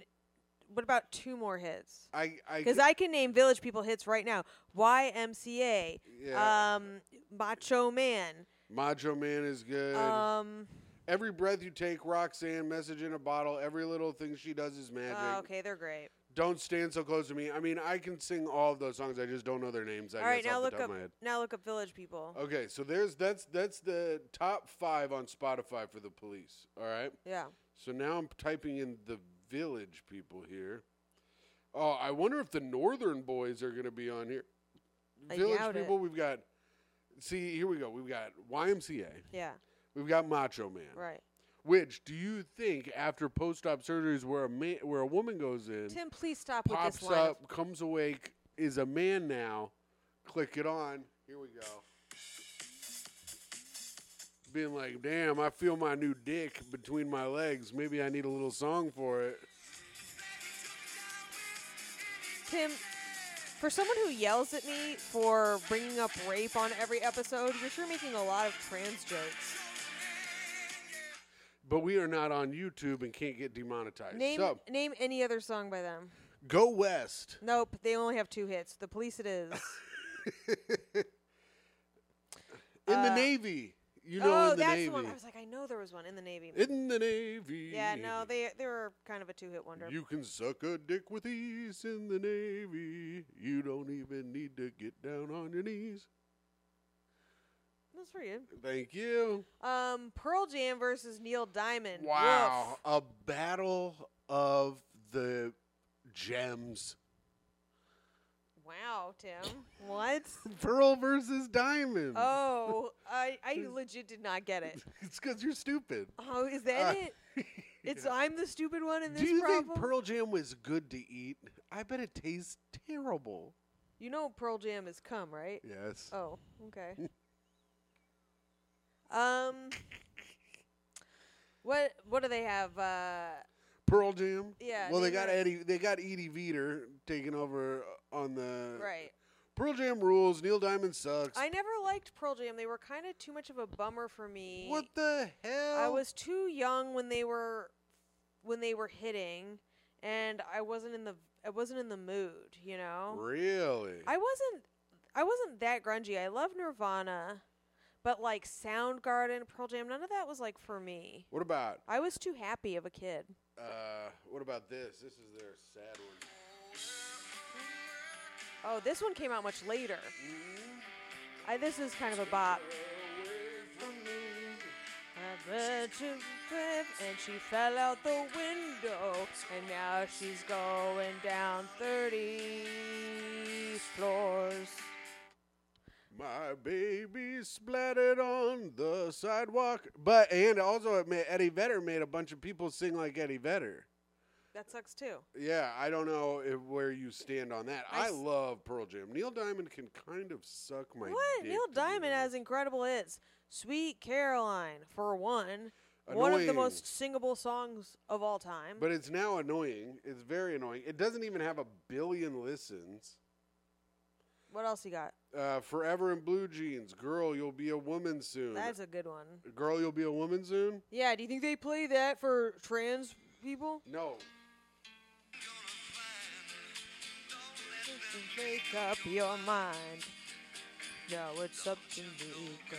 C: What about two more hits?
B: I I
C: Because I can name Village People hits right now. YMCA,
B: Yeah.
C: um, Macho Man,
B: Macho Man is good.
C: um,
B: every breath you take, Roxanne, message in a bottle. Every little thing she does is magic.
C: oh, okay, they're great.
B: Don't stand so close to me. I mean, I can sing all of those songs. I just don't know their names. I
C: All right,
B: guess
C: now
B: off the
C: look
B: top
C: up
B: of my head.
C: now look up Village People.
B: Okay, so there's that's that's the top five on Spotify for the police. All right.
C: Yeah,
B: So now I'm typing in the village people here. Oh, I wonder if the Northern Boys are going to be on here.
C: I
B: village
C: doubt it.
B: people, we've got. See, here we go. We've got YMCA.
C: yeah,
B: We've got Macho Man.
C: right.
B: Which do you think after post-op surgeries, where a man, where a woman goes in,
C: Tim, please stop with this
B: pops
C: line.
B: up, comes awake, is a man now? Click it on. Here we go. Being like, damn, I feel my new dick between my legs. Maybe I need a little song for it.
C: Tim, for someone who yells at me for bringing up rape on every episode, you're sure making a lot of trans jokes.
B: But we are not on YouTube and can't get demonetized.
C: Name
B: so,
C: name any other song by them.
B: go west.
C: Nope, they only have two hits. The police it is.
B: In the
C: Uh,
B: Navy. You know,
C: oh,
B: in the
C: that's
B: Navy.
C: the one. I was like, I know there was one in the Navy.
B: in the Navy.
C: yeah, no, they they were kind of a two hit wonder.
B: You can suck a dick with ease in the Navy. You don't even need to get down on your knees.
C: that's pretty good.
B: Thank you.
C: Um, Pearl Jam versus Neil Diamond.
B: Wow.
C: Woof.
B: A battle of the gems.
C: Wow, Tim. What?
B: Pearl versus diamond.
C: Oh, I I legit did not get it.
B: It's because you're stupid.
C: Oh, is that
B: Uh,
C: it? It's I'm the stupid one in this
B: Do you
C: problem.
B: think Pearl Jam was good to eat? I bet it tastes terrible.
C: you know Pearl Jam is cum, right?
B: Yes.
C: Oh, okay. um, what what do they have? Uh,
B: Pearl Jam.
C: Yeah,
B: Well, they
C: name
B: got
C: it.
B: Eddie. They got Edie Vedder taking over on the
C: Right.
B: Pearl Jam rules. Neil Diamond sucks.
C: I never liked Pearl Jam. They were kind of too much of a bummer for me.
B: what the hell?
C: I was too young when they were when they were hitting and I wasn't in the I wasn't in the mood, you know.
B: really.
C: I wasn't I wasn't that grungy. I love Nirvana, but like Soundgarden, Pearl Jam, none of that was like for me.
B: what about
C: I was too happy of a kid.
B: uh? What about this? This is their sad one.
C: Oh, this one came out much later.
B: Mm-hmm.
C: I, this is kind of a bop. I read to Viv and she fell out the window, and now she's going down 30 floors.
B: My baby splattered on the sidewalk. But and also it made, Eddie Vedder made a bunch of people sing like Eddie Vedder.
C: That sucks too.
B: Yeah, I don't know if, where you stand on that.
C: I
B: I,
C: s-
B: love Pearl Jam. Neil Diamond can kind of suck my
C: what?
B: dick,
C: Neil
B: to be
C: Diamond
B: honest.
C: has incredible hits. Sweet Caroline, for one. One of the
B: Annoying.
C: most singable songs of all time.
B: But it's now annoying. It's very annoying. It doesn't even have a billion listens.
C: what else you got?
B: Uh, Forever in Blue Jeans, Girl, You'll Be a Woman Soon.
C: That's a good one.
B: Girl, You'll Be a Woman Soon?
C: Yeah, do you think they play that for trans people?
B: No.
C: Make up your mind. Now it's up to me, girl.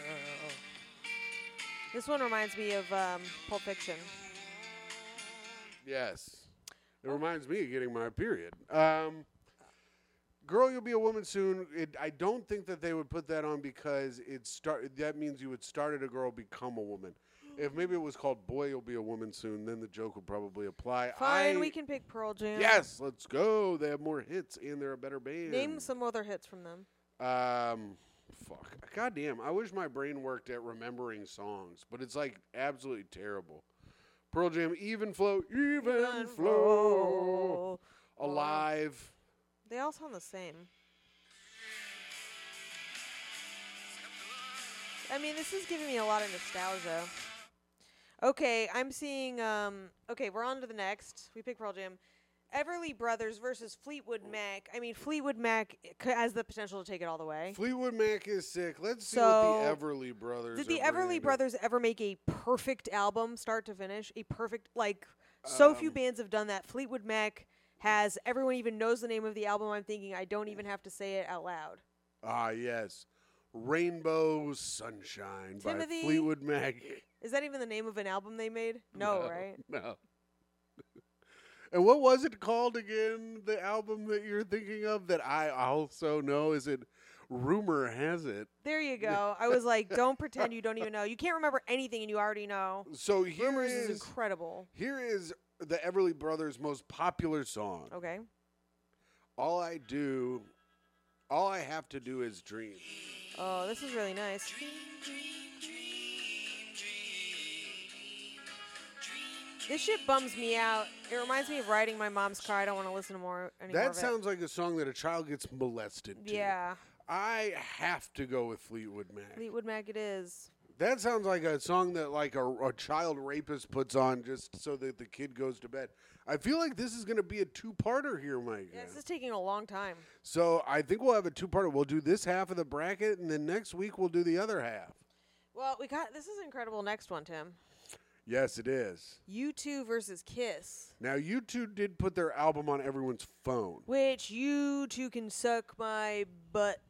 C: This one reminds me of um, Pulp Fiction.
B: Yes. It
C: Oh.
B: reminds me of getting my period. Um, Girl, you'll be a woman soon. It, I don't think that they would put that on because it start. That means you would start at a girl, become a woman. If maybe it was called Boy, you'll be a woman soon, then the joke would probably apply.
C: Fine,
B: I-
C: we can pick Pearl Jam.
B: Yes, let's go. They have more hits and they're a better band.
C: Name some other hits from them.
B: Um, fuck. Goddamn. I wish my brain worked at remembering songs, but it's like absolutely terrible. Pearl Jam, even flow, even, flow. Alive.
C: They all sound the same. I mean, this is giving me a lot of nostalgia. Okay, I'm seeing. Um, okay, we're on to the next. We pick Pearl Jam. Everly Brothers versus Fleetwood Mac. I mean, Fleetwood Mac i- c- has the potential to take it all the way.
B: Fleetwood Mac is sick. Let's see
C: So,
B: what the Everly Brothers.
C: Did the
B: are bringing
C: Everly
B: to-
C: Brothers ever make a perfect album, start to finish? A perfect, like, so few
B: Um,
C: bands have done that. Fleetwood Mac has. Everyone even knows the name of the album. I'm thinking I don't even have to say it out loud.
B: Ah, yes. Rainbow Sunshine
C: Timothy?
B: by Fleetwood Mac.
C: Is that even the name of an album they made? No, right?
B: No. And what was it called again? The album that you're thinking of that I also know is it. Rumor has it.
C: There you go. I was like, don't pretend you don't even know. You can't remember anything and you already know.
B: So here
C: Rumors is
B: is-
C: incredible.
B: Here is the Everly Brothers' most popular song.
C: Okay.
B: All I do, all I have to do is dream.
C: Oh, this is really nice. This shit bums me out. It reminds me of riding my mom's car. I don't want to listen to more anymore.
B: That
C: of it.
B: sounds like a song that a child gets molested to.
C: Yeah,
B: I have to go with Fleetwood Mac.
C: Fleetwood Mac. It is.
B: That sounds like a song that like a, a child rapist puts on just so that the kid goes to bed. I feel like this is going to be a two-parter here, Mike.
C: Yeah, this is taking a long time.
B: So I think we'll have a two-parter. We'll do this half of the bracket, and then next week we'll do the other half.
C: Well, we got this is incredible. Next one, Tim.
B: Yes, it is.
C: You two versus Kiss.
B: Now you two did put their album on everyone's phone.
C: Which you two can suck my butt.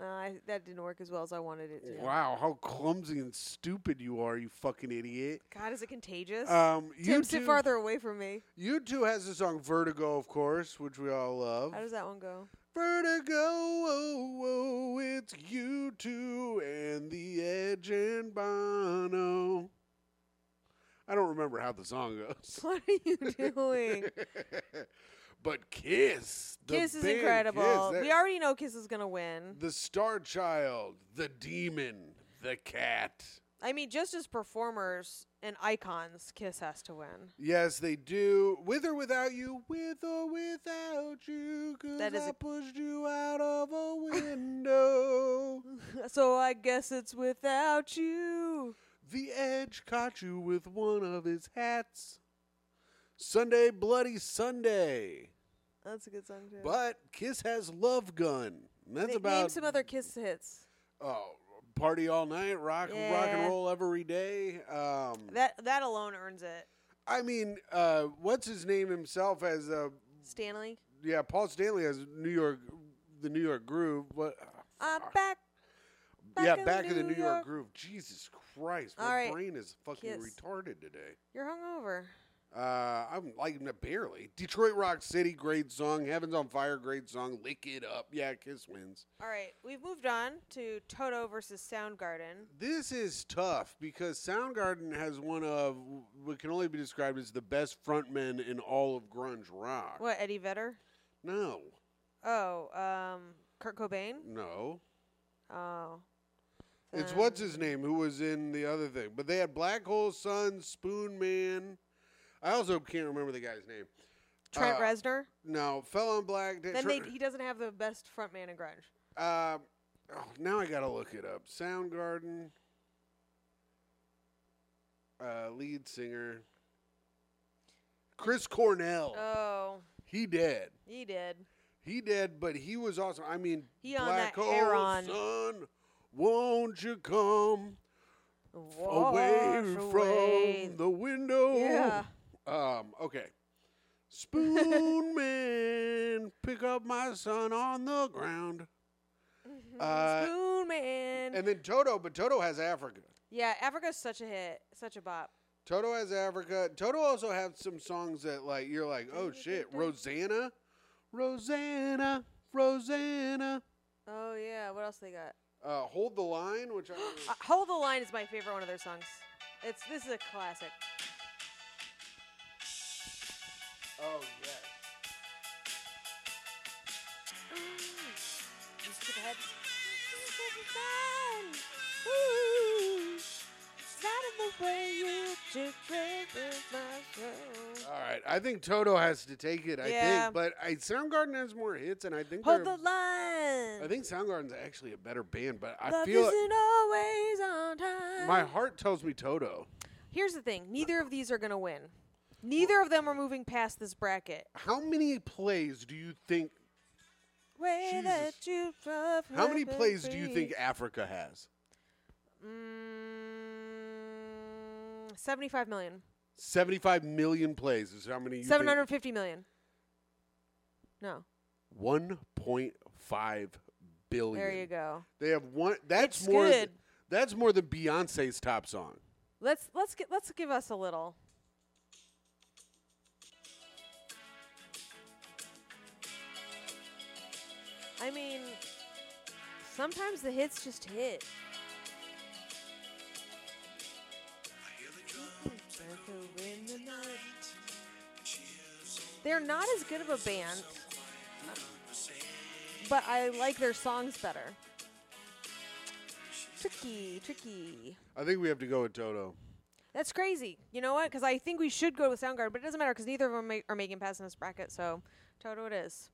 C: Uh, I, that didn't work as well as I wanted it to.
B: Wow, how clumsy and stupid you are, you fucking idiot.
C: God, is it contagious?
B: Um, you
C: Tim, sit
B: two,
C: farther away from me.
B: you two has the song Vertigo, of course, which we all love.
C: How does that one go?
B: Vertigo, oh, oh, it's you two and the Edge and Bono. I don't remember how the song goes.
C: What are you doing?
B: but Kiss, the
C: Kiss is
B: band
C: incredible.
B: Kiss, that-
C: we already know Kiss is going to win.
B: the Star Child, the Demon, the Cat.
C: I mean, just as performers and icons, Kiss has to win.
B: Yes, they do. With or without you, with or without you, 'cause
C: That is
B: I
C: a-
B: pushed you out of a window.
C: So I guess it's without you.
B: the edge caught you with one of his hats. Sunday Bloody Sunday.
C: That's a good song too.
B: But Kiss has Love Gun. And
C: Na-
B: That's
C: name
B: about
C: some other Kiss hits.
B: oh, party all night, rock rock and
C: Yeah.
B: roll every day. Um,
C: That that alone earns it.
B: I mean, uh, what's his name himself as uh,
C: Stanley,
B: yeah, Paul Stanley has New York, the New York Groove. What?
C: I'm back.
B: yeah,
C: in
B: back in the New York, Groove. Jesus Christ, my
C: All right.
B: brain is fucking
C: Kiss.
B: retarded today.
C: You're hungover.
B: Uh, I'm like n- barely. Detroit Rock City, great song. Heaven's on Fire, great song. Lick it up, yeah. Kiss wins.
C: All right, we've moved on to Toto versus Soundgarden.
B: This is tough because Soundgarden has one of what can only be described as the best frontmen in all of grunge rock.
C: What Eddie Vedder?
B: No,
C: Oh, um, Kurt Cobain.
B: no.
C: Oh,
B: It's what's
C: Um,
B: his name who was in the other thing, but they had Black Hole Sun, Spoon Man. I also can't remember the guy's name.
C: Trent
B: uh,
C: Reznor.
B: No, Fell on Black. Then
C: Then they, he doesn't have the best frontman in grunge.
B: Uh, oh, now I gotta look it up. Soundgarden, uh, lead singer Chris Cornell.
C: Oh,
B: he dead.
C: he did.
B: He dead, but he was awesome. I mean,
C: He on
B: Black
C: that
B: Hole
C: Heron.
B: Sun, won't you come away
C: Wash away.
B: from the window?
C: Yeah.
B: Um. Okay. Spoon man, pick up my son on the ground. Uh,
C: Spoon Man.
B: And then Toto, but Toto has Africa.
C: yeah, Africa's such a hit, such a bop.
B: Toto has Africa. Toto also has some songs that like you're like, oh shit, Rosanna, Rosanna, Rosanna.
C: Oh yeah, what else they got?
B: Uh, Hold the line, which I Oh,
C: Uh, Hold the Line is my favorite one of their songs. It's this is a classic.
B: oh yeah.
C: Mm. You skip ahead. Mm.
B: All right, I think Toto has to take it. I
C: Yeah.
B: think, but I, Soundgarden has more hits, and I think
C: Hold
B: they're-
C: the line.
B: I think Soundgarden's actually a better band, but I
C: Love
B: feel
C: isn't always on time.
B: my heart tells me Toto.
C: Here's the thing: neither of these are gonna win. Neither of them are moving past this bracket.
B: How many plays do you think?
C: Way
B: Jesus.
C: that you love
B: How many
C: happens
B: plays do you
C: me.
B: think Africa has?
C: Mm, 75 million.
B: 75 million plays is how many you think-
C: 750 million. No.
B: 1.5 billion.
C: There you go.
B: They have one that's
C: It's
B: more th-
C: good.
B: that's more than Beyonce's top song.
C: Let's let's get let's give us a little. I mean, sometimes the hits just hit. They're not as good of a band, but I like their songs better. Tricky, tricky.
B: I think we have to go with Toto.
C: That's crazy. You know what? Because I think we should go with Soundgarden, but it doesn't matter because neither of them ma- are making past in this bracket. So, Toto it is.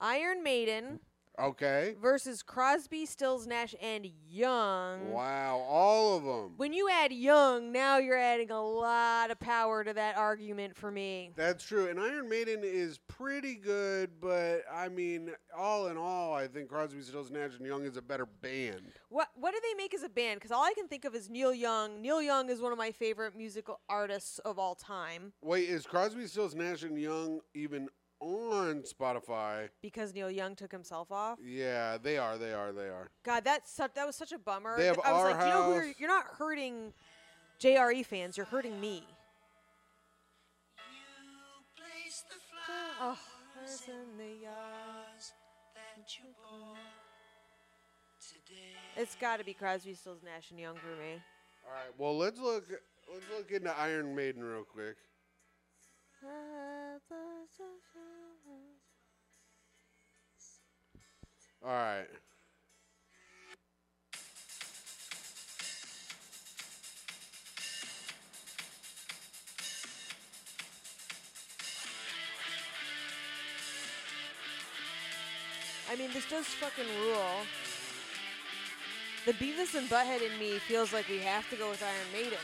C: Iron Maiden
B: Okay.
C: versus Crosby, Stills, Nash, and Young.
B: Wow, all of them.
C: When you add Young, now you're adding a lot of power to that argument for me.
B: That's true. And Iron Maiden is pretty good, but I mean, all in all, I think Crosby, Stills, Nash and Young is a better band.
C: What What do they make as a band? Because all I can think of is Neil Young. Neil Young is one of my favorite musical artists of all time
B: Wait, is Crosby, Stills, Nash and Young even on Spotify?
C: because Neil Young took himself off.
B: Yeah, they are. They are. They are.
C: God, that's such, that was such a bummer.
B: They have
C: I was
B: Our
C: like, you know, who you're,
B: House.
C: you're not hurting JRE fans. You're hurting me. Oh, it's got to be Crosby, Stills, Nash and Young for me.
B: All right. Well, let's look. Let's look into Iron Maiden real quick. All right.
C: I mean, this does fucking rule. The Beavis and Butthead in me feels like we have to go with Iron Maiden.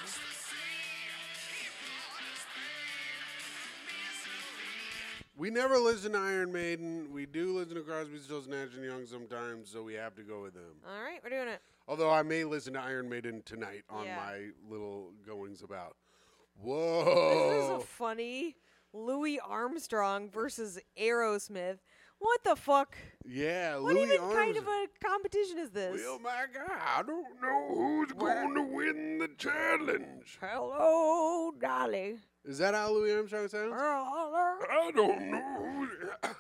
B: We never listen to Iron Maiden. We do listen to Crosby, Stills, Nash and Young sometimes, so we have to go with them.
C: All right, we're doing it.
B: Although I may listen to Iron Maiden tonight on
C: Yeah.
B: my little goings about.
C: This is
B: Whoa!
C: a funny Louis Armstrong versus Aerosmith. What the fuck?
B: yeah,
C: What
B: Louis
C: even kind of
B: Armstrong.
C: a competition is this?
B: Well, my God, I don't know who's going to win the challenge.
C: Hello, Dolly.
B: Is that how Louis Armstrong sounds?
C: Hello.
B: I don't know. Who... that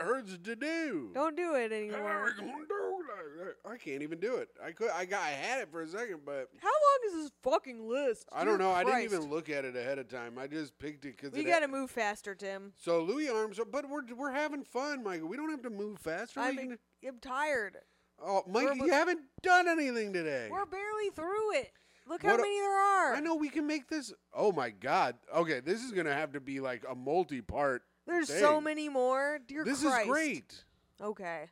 B: hurts to do.
C: Don't do it
B: How are
C: anymore.
B: we gonna do like that? I can't even do it. I could. I got. I had it for a second, but
C: How long is this fucking list?
B: I don't
C: Dear
B: know. I
C: Christ.
B: didn't even look at it ahead of time. I just picked it because
C: We gotta move faster, Tim.
B: So Louis Armstrong, but we're we're having fun, Michael. We don't have to move faster. We
C: I'm,
B: can-
C: I'm tired.
B: oh, Mike,
C: we're-
B: you haven't done anything today.
C: We're barely through it. Look how
B: What a-
C: many there are.
B: I know we can make this. Oh my God. Okay, this is gonna have to be like a multi-part.
C: There's so
B: thing.
C: many more. Dear
B: This
C: Christ.
B: is great.
C: Okay.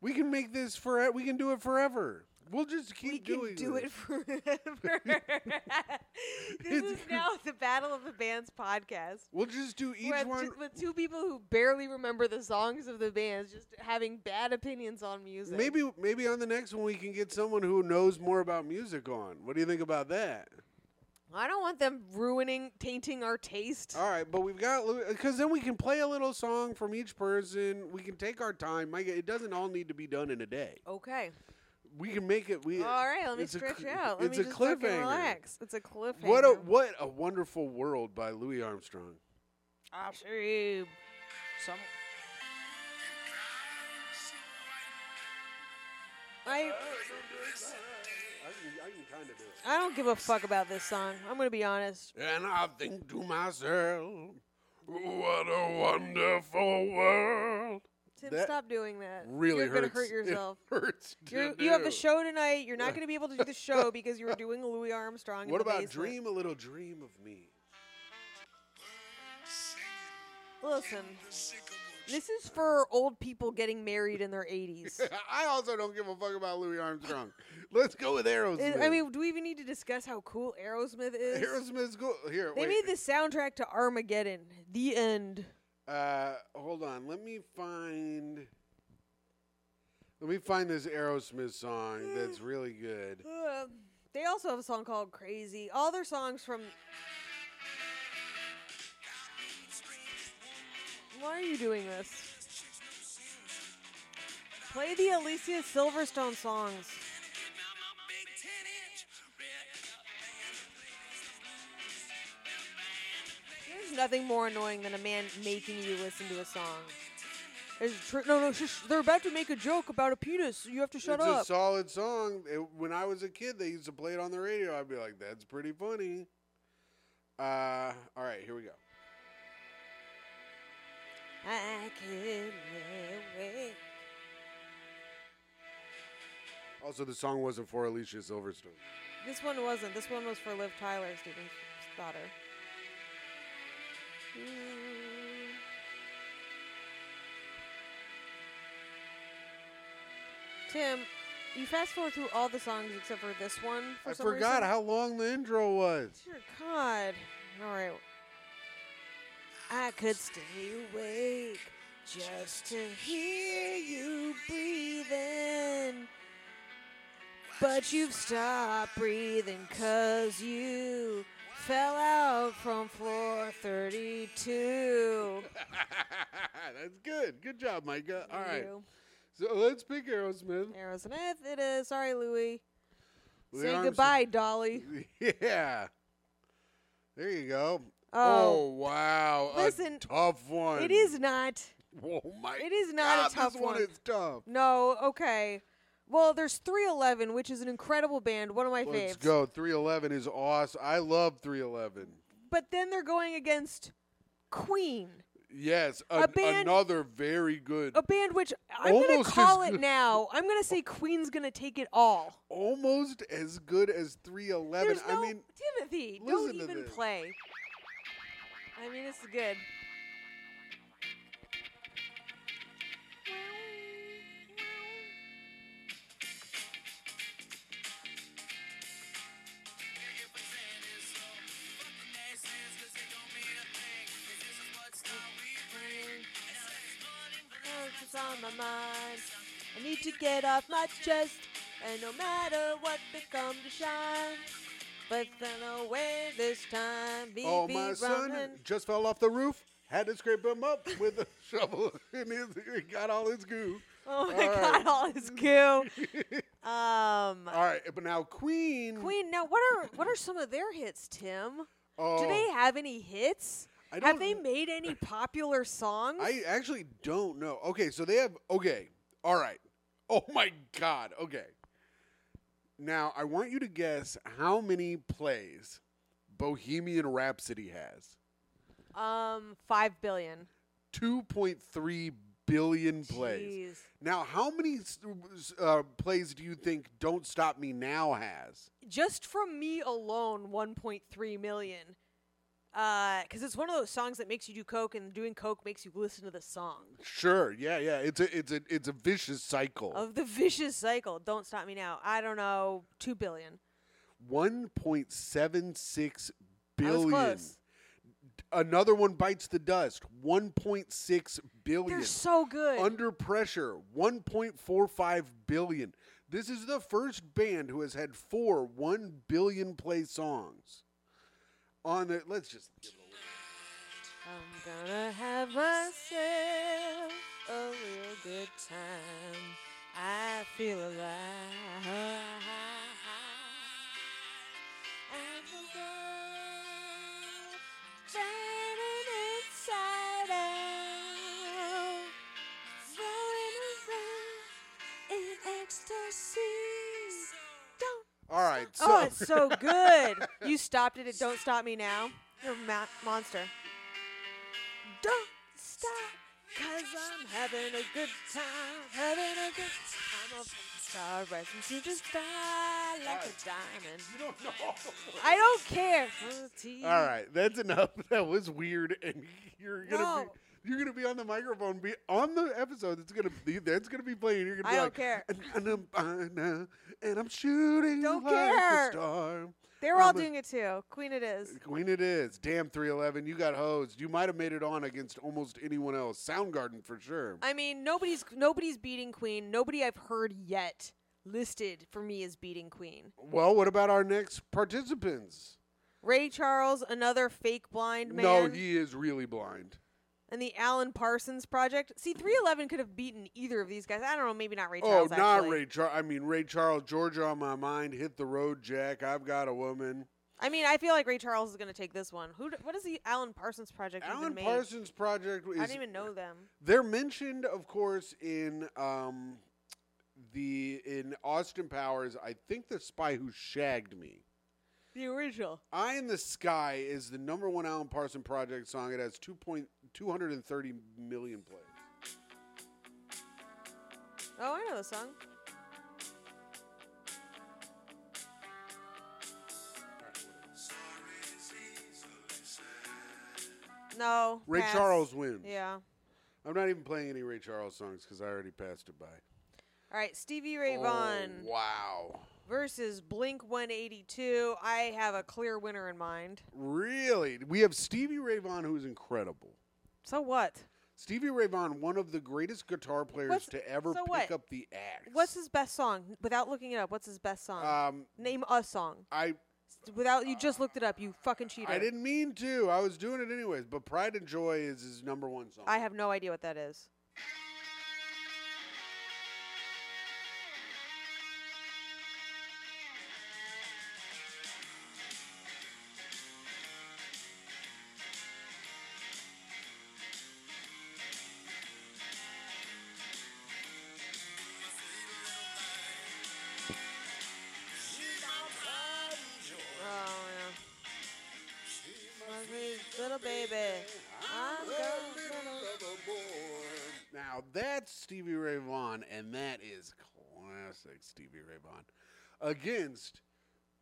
B: We can make this for. We can do it forever. We'll just keep
C: we can
B: doing
C: do
B: this.
C: it forever. this
B: It's-
C: is now the Battle of the Bands podcast.
B: We'll just do each
C: with,
B: one.
C: ju- with two people who barely remember the songs of the bands, just having bad opinions on music.
B: Maybe maybe on the next one we can get someone who knows more about music on. What do you think about that?
C: I don't want them ruining, tainting our taste.
B: All right, but we've got because then we can play a little song from each person. We can take our time. Mike, it doesn't all need to be done in a day.
C: okay.
B: We can make it. We
C: All right. Let me
B: it's a
C: stretch
B: cl-
C: it out. Let
B: it's
C: me
B: a
C: just fucking
B: cliffhanger.
C: relax. It's a cliffhanger.
B: What a what a wonderful world by Louis Armstrong.
C: I see some. I
B: I can, I can kind of do it.
C: I don't give a fuck about this song. I'm gonna be honest.
B: And I think to myself, what a wonderful world.
C: Tim,
B: That
C: stop doing that.
B: Really
C: You're
B: hurts.
C: gonna hurt yourself.
B: It hurts. to
C: You're, you have
B: do.
C: a show tonight. You're not gonna be able to do the show because you were doing a Louis Armstrong. in
B: What
C: the
B: about
C: basement.
B: dream a little dream of me?
C: Listen, this is for old people getting married in their 80s.
B: I also don't give a fuck about Louis Armstrong. Let's go with Aerosmith.
C: I mean, do we even need to discuss how cool Aerosmith is?
B: Aerosmith's cool. Here,
C: they
B: wait.
C: made the soundtrack to Armageddon. The end.
B: Uh, hold on. Let me find. Let me find this Aerosmith song that's
C: Mm.
B: really good.
C: Ugh. they also have a song called Crazy. All their songs from. Why are you doing this? Play the Alicia Silverstone songs. There's nothing more annoying than a man making you listen to a song. There's tr- no, no, shush, they're about to make a joke about a penis. You have to shut
B: it's
C: up.
B: a solid song. It- when I was a kid, they used to play it on the radio. I'd be like, "That's pretty funny." Uh, all right, here we go.
C: I could wait.
B: Also, the song wasn't for Alicia Silverstone.
C: This one wasn't. This one was for Liv Tyler, Steven's daughter. Hmm. Tim, you fast forward through all the songs except for this one. For
B: I
C: some
B: forgot
C: reason.
B: how long the intro was.
C: Dear God. All right. I could stay awake just to hear you breathing. But you've stopped breathing 'cause you fell out from floor 32.
B: That's good. Good job, Micah. All right.
C: You.
B: So oh, let's pick Aerosmith.
C: Aerosmith, it is. Sorry, Louie.
B: Louis
C: Say
B: Armstrong.
C: goodbye, Dolly.
B: Yeah. There you go.
C: Oh.
B: wow. A
C: Listen,
B: tough one.
C: It is not.
B: Oh my
C: it is not a
B: God,
C: tough
B: this one.
C: one.
B: is tough.
C: No, okay. Well, there's 311, which is an incredible band, one of my
B: Let's
C: faves.
B: go. 311 is awesome. I love 311.
C: But then they're going against Queen,
B: Yes,
C: A
B: an-
C: band-
B: another very good,
C: a band which I'm going
B: Almost
C: to
B: as
C: call it
B: good-
C: now. I'm going to say Queen's going to take it all.
B: almost as good as 311.
C: There's no
B: I mean,
C: Timothy. Don't
B: listen to
C: even
B: this.
C: play. I mean, it's good. mind. I need to get off my chest, and no matter what, they come to shine. But then away this time, BB
B: Oh, my son
C: Browning.
B: just fell off the roof. Had to scrape him up with a shovel, and he got all his goo.
C: Oh
B: All
C: my
B: right.
C: God, all is goo. um,
B: All right, but now Queen.
C: Queen. Now, what are what are some of their hits, Tim?
B: Oh,
C: Do they have any hits?
B: I
C: Have
B: don't
C: they
B: kn-
C: made any popular songs?
B: I actually don't know. Okay, so they have. Okay, all right. Oh my God. Okay. Now I want you to guess how many plays Bohemian Rhapsody has.
C: um, five billion.
B: Two point three billion plays.
C: Jeez.
B: Now, how many s- s- uh, plays do you think "Don't Stop Me Now" has?
C: Just from me alone, 1.3 million. Because it's one of those songs that makes you do coke, and doing coke makes you listen to the song.
B: Sure. Yeah. Yeah. It's a it's a it's a vicious cycle.
C: Of the vicious cycle. Don't stop me now. I don't know. Two billion.
B: One point seven six
C: I was
B: billion.
C: close.
B: Another one bites the dust. One point six billion.
C: They're so good.
B: Under pressure. One point four five billion. This is the first band who has had four one billion play songs. On the let's just give it a little.
C: I'm gonna have myself a real good time. I feel alive. I'm alive, turning inside out, floating around in ecstasy. Don't
B: All right. So
C: Oh, it's so good. you stopped it at Don't Stop Me Now. You're a ma- monster. Don't stop, cause I'm having a good time. Having a good time. I'm a star rising to the sky like a diamond.
B: You don't know.
C: I don't care.
B: All right, that's enough. That was weird, and you're gonna
C: No.
B: be you're gonna be on the microphone, be on the episode that's gonna be that's gonna be playing. You're gonna
C: I
B: be
C: don't
B: like,
C: care.
B: And, and I'm, uh, and I'm shooting
C: Don't
B: like
C: care.
B: a star.
C: They were all
B: I'm a-
C: doing it too. Queen it is.
B: Queen, it is. Damn, 311, you got hosed. You might have made it on against almost anyone else. Soundgarden for sure.
C: I mean, nobody's nobody's beating Queen. Nobody I've heard yet listed for me is beating Queen.
B: well, what about our next participants?
C: Ray Charles, another fake blind man.
B: No, he is really blind.
C: and the Alan Parsons Project. See, 311 could have beaten either of these guys. I don't know, maybe not Ray Charles.
B: oh, not
C: actually.
B: Ray Charles. I mean, Ray Charles, Georgia on my mind, hit the road, Jack. I've got a woman.
C: I mean, I feel like Ray Charles is going to take this one. Who? d- What is the Alan Parsons Project
B: Alan
C: even made?
B: Parsons Project
C: I
B: is
C: don't even know them.
B: they're mentioned, of course, in um, the in Austin Powers. I think the spy who shagged me.
C: The original.
B: Eye in the Sky is the number one Alan Parsons Project song. It has two point two hundred and thirty million plays.
C: Oh, I know the song. No.
B: Ray
C: pass.
B: Charles wins.
C: Yeah.
B: I'm not even playing any Ray Charles songs because I already passed it by.
C: All right, Stevie Ray
B: Oh,
C: Vaughan
B: wow.
C: versus Blink 182. I have a clear winner in mind.
B: Really? We have Stevie Ray Vaughan, who is incredible.
C: So what?
B: Stevie Ray Vaughan, one of the greatest guitar players
C: What's-
B: to ever
C: so
B: pick
C: what?
B: up the axe.
C: What's his best song? Without looking it up, what's his best song?
B: Um,
C: Name a song.
B: I
C: Without you just looked it up, you fucking cheater.
B: I didn't mean to. I was doing it anyways. But Pride and Joy is his number one song.
C: I have no idea what that is. Oh yeah. My sweet little baby. I'm gonna-
B: now that's Stevie Ray Vaughan, and that is classic Stevie Ray Vaughan. Against,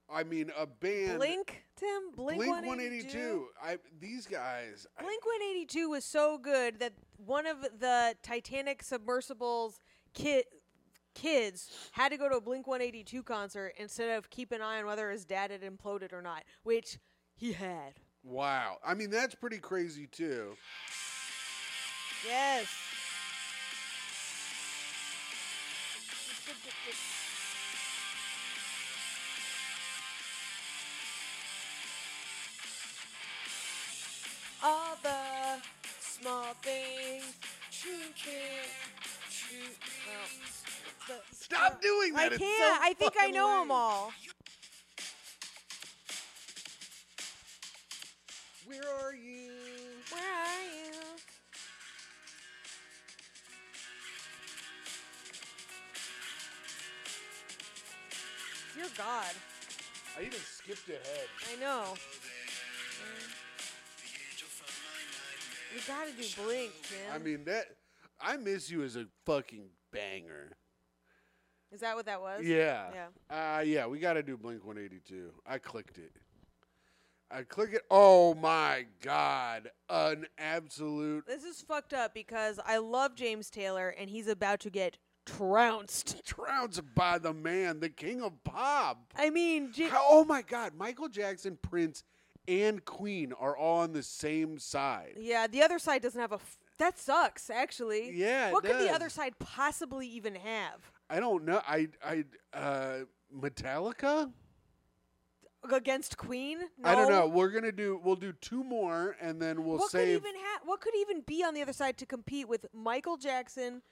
B: I mean, a band
C: Blink, Tim. Blink,
B: Blink
C: 182.
B: I these guys. I-
C: Blink 182 was so good that one of the Titanic submersible's kid kids had to go to a Blink 182 concert instead of keep an eye on whether his dad had imploded or not, which he had.
B: wow. I mean, that's pretty crazy too.
C: Yes. All the small things. True care. True no. The-
B: Stop doing
C: I
B: that.
C: can't.
B: It's so
C: I think I
B: fucking
C: know
B: lame.
C: them all.
B: Where are you?
C: Where are you? Dear God,
B: I even skipped ahead.
C: I know. We gotta do Blink, man.
B: I mean that. I miss you is a fucking banger.
C: is that what that was?
B: Yeah.
C: Yeah.
B: Uh, yeah, we got to do Blink 182. I clicked it. I click it. Oh my God. An absolute.
C: This is fucked up because I love James Taylor and he's about to get trounced.
B: Trounced by the man, the king of pop.
C: I mean, J-
B: How- oh my God. Michael Jackson, Prince, and Queen are all on the same side.
C: yeah, the other side doesn't have a. F- that sucks, actually.
B: Yeah, it
C: What could the
B: does.
C: other side possibly even have?
B: I don't know. I, I, uh, Metallica?
C: against Queen? No.
B: I don't know. We're going to do, we'll do two more and then we'll
C: what
B: save.
C: could even ha- what could even be on the other side to compete with Michael Jackson,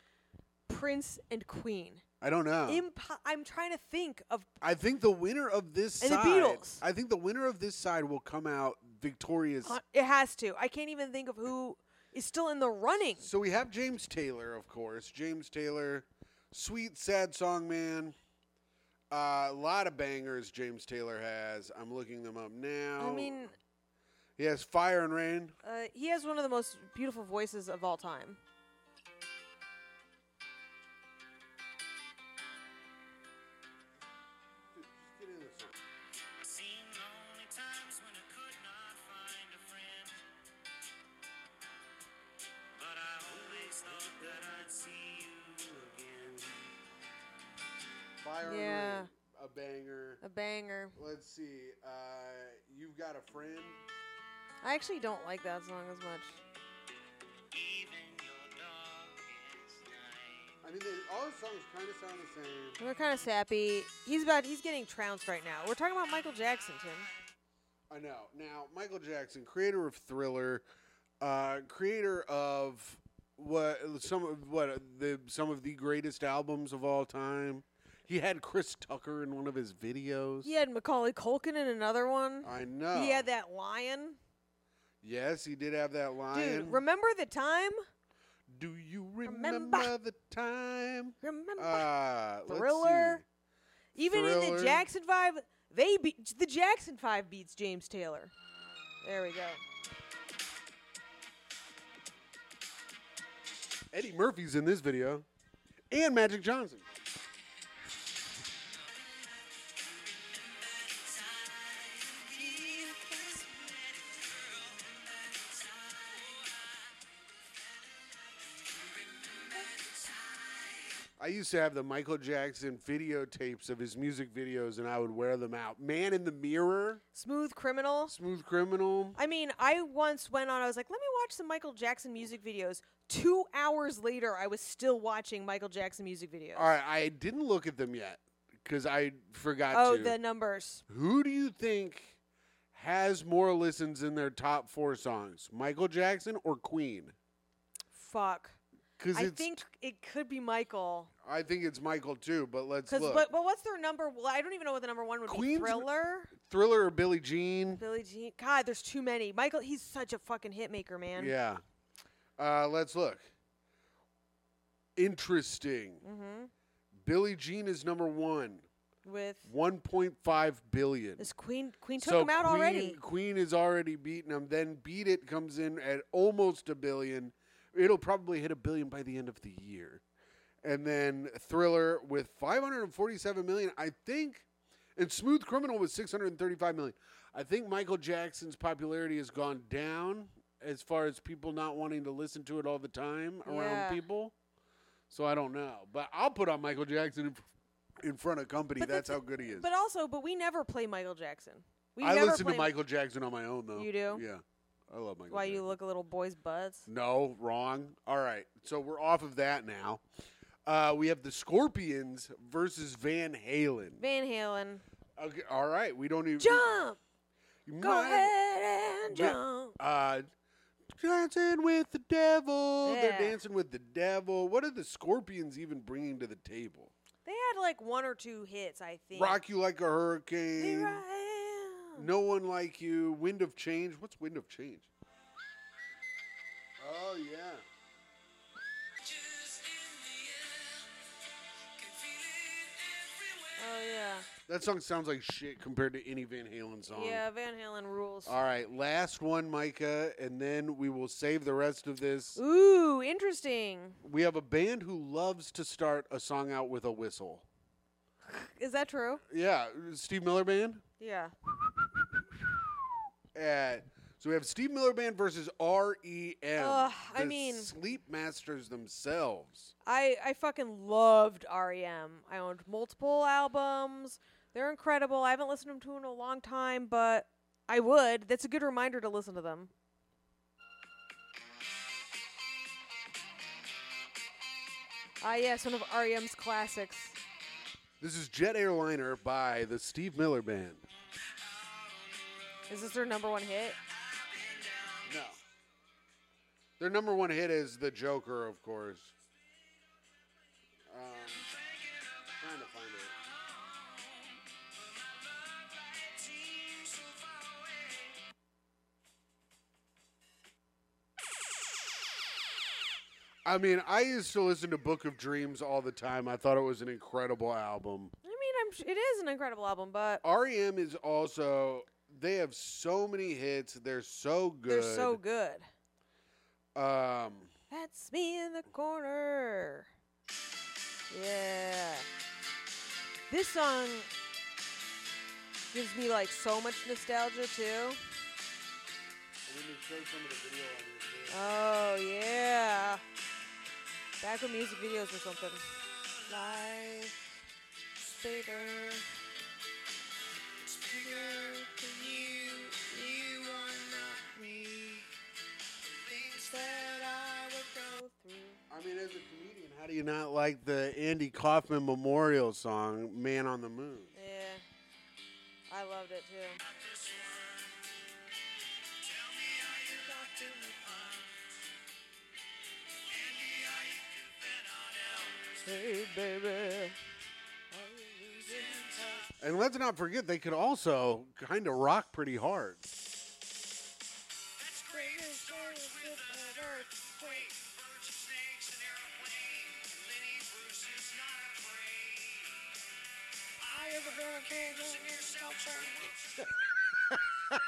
C: Prince, and Queen?
B: I don't know.
C: Impo- I'm trying to think of.
B: I think the winner of this
C: And the
B: side,
C: Beatles.
B: I think the winner of this side will come out victorious.
C: uh, It has to. I can't even think of who is still in the running.
B: So we have James Taylor, of course. James Taylor, sweet sad song man. Uh, A lot of bangers James Taylor has. I'm looking them up now.
C: I mean,
B: he has Fire and Rain.
C: uh, he has one of the most beautiful voices of all time.
D: Seen lonely times when I could not find a friend. But I always thought that I'd see you again.
B: Fire
C: Yeah.
B: and Rain, a banger.
C: A banger.
B: Let's see. Uh, You've got a friend.
C: I actually don't like that song as much.
D: Even your darkest night.
B: I mean, they, all his songs kind of sound the same.
C: They're kind of sappy. He's about. He's getting trounced right now. We're talking about Michael Jackson, Tim.
B: I know. Now, Michael Jackson, creator of Thriller, uh, creator of what some of what the some of the greatest albums of all time. He had Chris Tucker in one of his videos.
C: He had Macaulay Culkin in another one.
B: I know.
C: He had that lion.
B: Yes, he did have that line.
C: Dude, remember the time?
B: Do you remember,
C: remember-
B: the time?
C: Remember?
B: Uh, let's
C: Thriller?
B: see.
C: Even in
B: Thriller.
C: the Jackson Five, they beat the Jackson Five beats James Taylor. There we go.
B: Eddie Murphy's in this video, and Magic Johnson. I used to have the Michael Jackson videotapes of his music videos, and I would wear them out. Man in the Mirror,
C: Smooth Criminal.
B: Smooth Criminal.
C: I mean, I once went on. I was like, let me watch some Michael Jackson music videos. Two hours later, I was still watching Michael Jackson music videos.
B: All right, I didn't look at them yet because I forgot
C: oh,
B: to.
C: the numbers.
B: Who do you think has more listens in their top four songs, Michael Jackson or Queen?
C: Fuck.
B: Because
C: I
B: it's,
C: think it could be Michael.
B: I think it's Michael too. But let's
C: Because
B: look.
C: but, but what's their number? Well, I don't even know what the number one would
B: Queen's-
C: be. Thriller.
B: Thriller or Billie Jean?
C: Billie Jean. God, there's too many. Michael, he's such a fucking hit maker, man.
B: Yeah. Uh, let's look. Interesting.
C: Mm-hmm.
B: Billie Jean is number one.
C: With
B: 1.5 billion.
C: this Queen, Queen took
B: so
C: him out
B: Queen,
C: already.
B: Queen is already beating him. Then Beat It comes in at almost a billion. It'll probably hit a billion by the end of the year. And then Thriller with 547 million, I think, and Smooth Criminal with 635 million. I think Michael Jackson's popularity has gone down as far as people not wanting to listen to it all the time
C: Yeah.
B: around people. So I don't know, but I'll put on Michael Jackson in, fr- in front of company.
C: But the
B: That's
C: thi-
B: how good he is.
C: But also, but we never play Michael Jackson. We
B: I
C: never
B: listen
C: play
B: to Michael Jackson on my own though.
C: You do?
B: Yeah, I love Michael.
C: Why you
B: Jackson.
C: look a little boy's butts?
B: No, wrong. All right, so we're off of that now. Uh, we have the Scorpions versus Van Halen.
C: Van Halen.
B: Okay, all right, we don't even
C: Jump!
B: You
C: Go
B: might-
C: ahead and
B: Yeah.
C: jump.
B: Uh, dancing with the devil.
C: Yeah.
B: They're dancing with the devil. What are the Scorpions even bringing to the table?
C: They had like one or two hits, I think.
B: Rock you like a hurricane.
C: Here I am.
B: No one like you. Wind of change. What's wind of change? Oh yeah.
C: Oh yeah.
B: That song sounds like shit compared to any Van Halen song.
C: Yeah, Van Halen rules.
B: All right, last one, Micah, and then we will save the rest of this.
C: Ooh, interesting.
B: We have a band who loves to start a song out with a whistle.
C: Is that true?
B: Yeah, Steve Miller Band.
C: Yeah.
B: Uh, so we have Steve Miller Band versus REM.
C: Ugh, I
B: the
C: mean-
B: Sleep Masters themselves.
C: I I fucking loved REM. I owned multiple albums. They're incredible. I haven't listened to them in a long time, but I would. That's a good reminder to listen to them. Ah, yes, one of REM's classics.
B: This is Jet Airliner by the Steve Miller Band.
C: Is this their number one hit?
B: No. Their number one hit is The Joker, of course. Um, trying to find it. I mean, I used to listen to Book of Dreams all the time. I thought it was an incredible album.
C: I mean, I'm. Sh- it is an incredible album, but
B: REM is also, they have so many hits. They're so good.
C: they're so good.
B: Um,
C: That's me in the corner. Yeah. This song gives me like so much nostalgia too. Oh yeah. Back when music videos were something. Life is bigger. Go through.
B: I mean, as a comedian, how do you not like the Andy Kaufman memorial song, Man on the Moon?
C: Yeah. I loved it too. Hey, baby.
B: And let's not forget, they could also kind of rock pretty hard.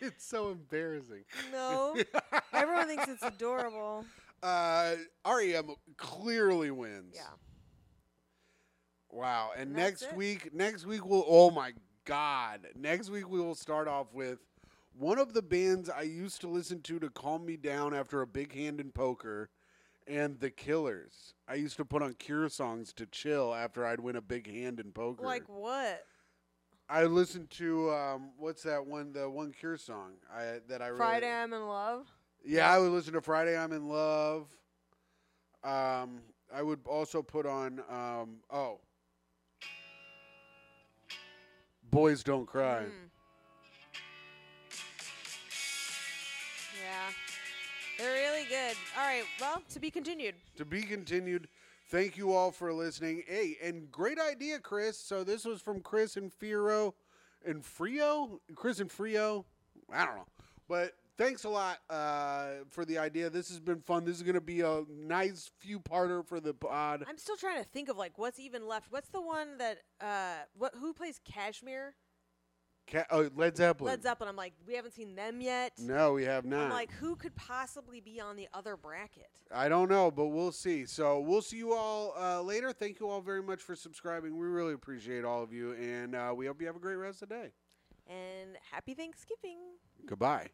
B: It's so embarrassing.
C: No. Everyone thinks it's adorable.
B: Uh, REM clearly wins.
C: Yeah.
B: Wow. And,
C: And that's
B: next
C: it.
B: week, next week we'll, oh my God. Next week we will start off with one of the bands I used to listen to to calm me down after a big hand in poker and The Killers. I used to put on Cure songs to chill after I'd win a big hand in poker.
C: Like what?
B: I listened to, um, what's that one, the one Cure song I, that I really-
C: Friday I'm in love.
B: yeah, I would listen to Friday I'm in Love. Um, I would also put on um, oh, Boys Don't Cry.
C: Mm. Yeah. They're really good. All right. Well, to be continued.
B: To be continued. Thank you all for listening. Hey, and great idea, Chris. So this was from Chris and Firo and Frio, Chris and Frio. I don't know, but thanks a lot uh, for the idea. This has been fun. This is going to be a nice few parter for the pod.
C: I'm still trying to think of like what's even left. What's the one that uh what who plays Cashmere?
B: Ca- oh, Led Zeppelin.
C: Led Zeppelin. I'm like we haven't seen them yet.
B: No, we have not.
C: I'm like who could possibly be on the other bracket?
B: I don't know, but we'll see. So we'll see you all uh, later. Thank you all very much for subscribing. We really appreciate all of you, and uh, we hope you have a great rest of the day.
C: And happy Thanksgiving.
B: Goodbye.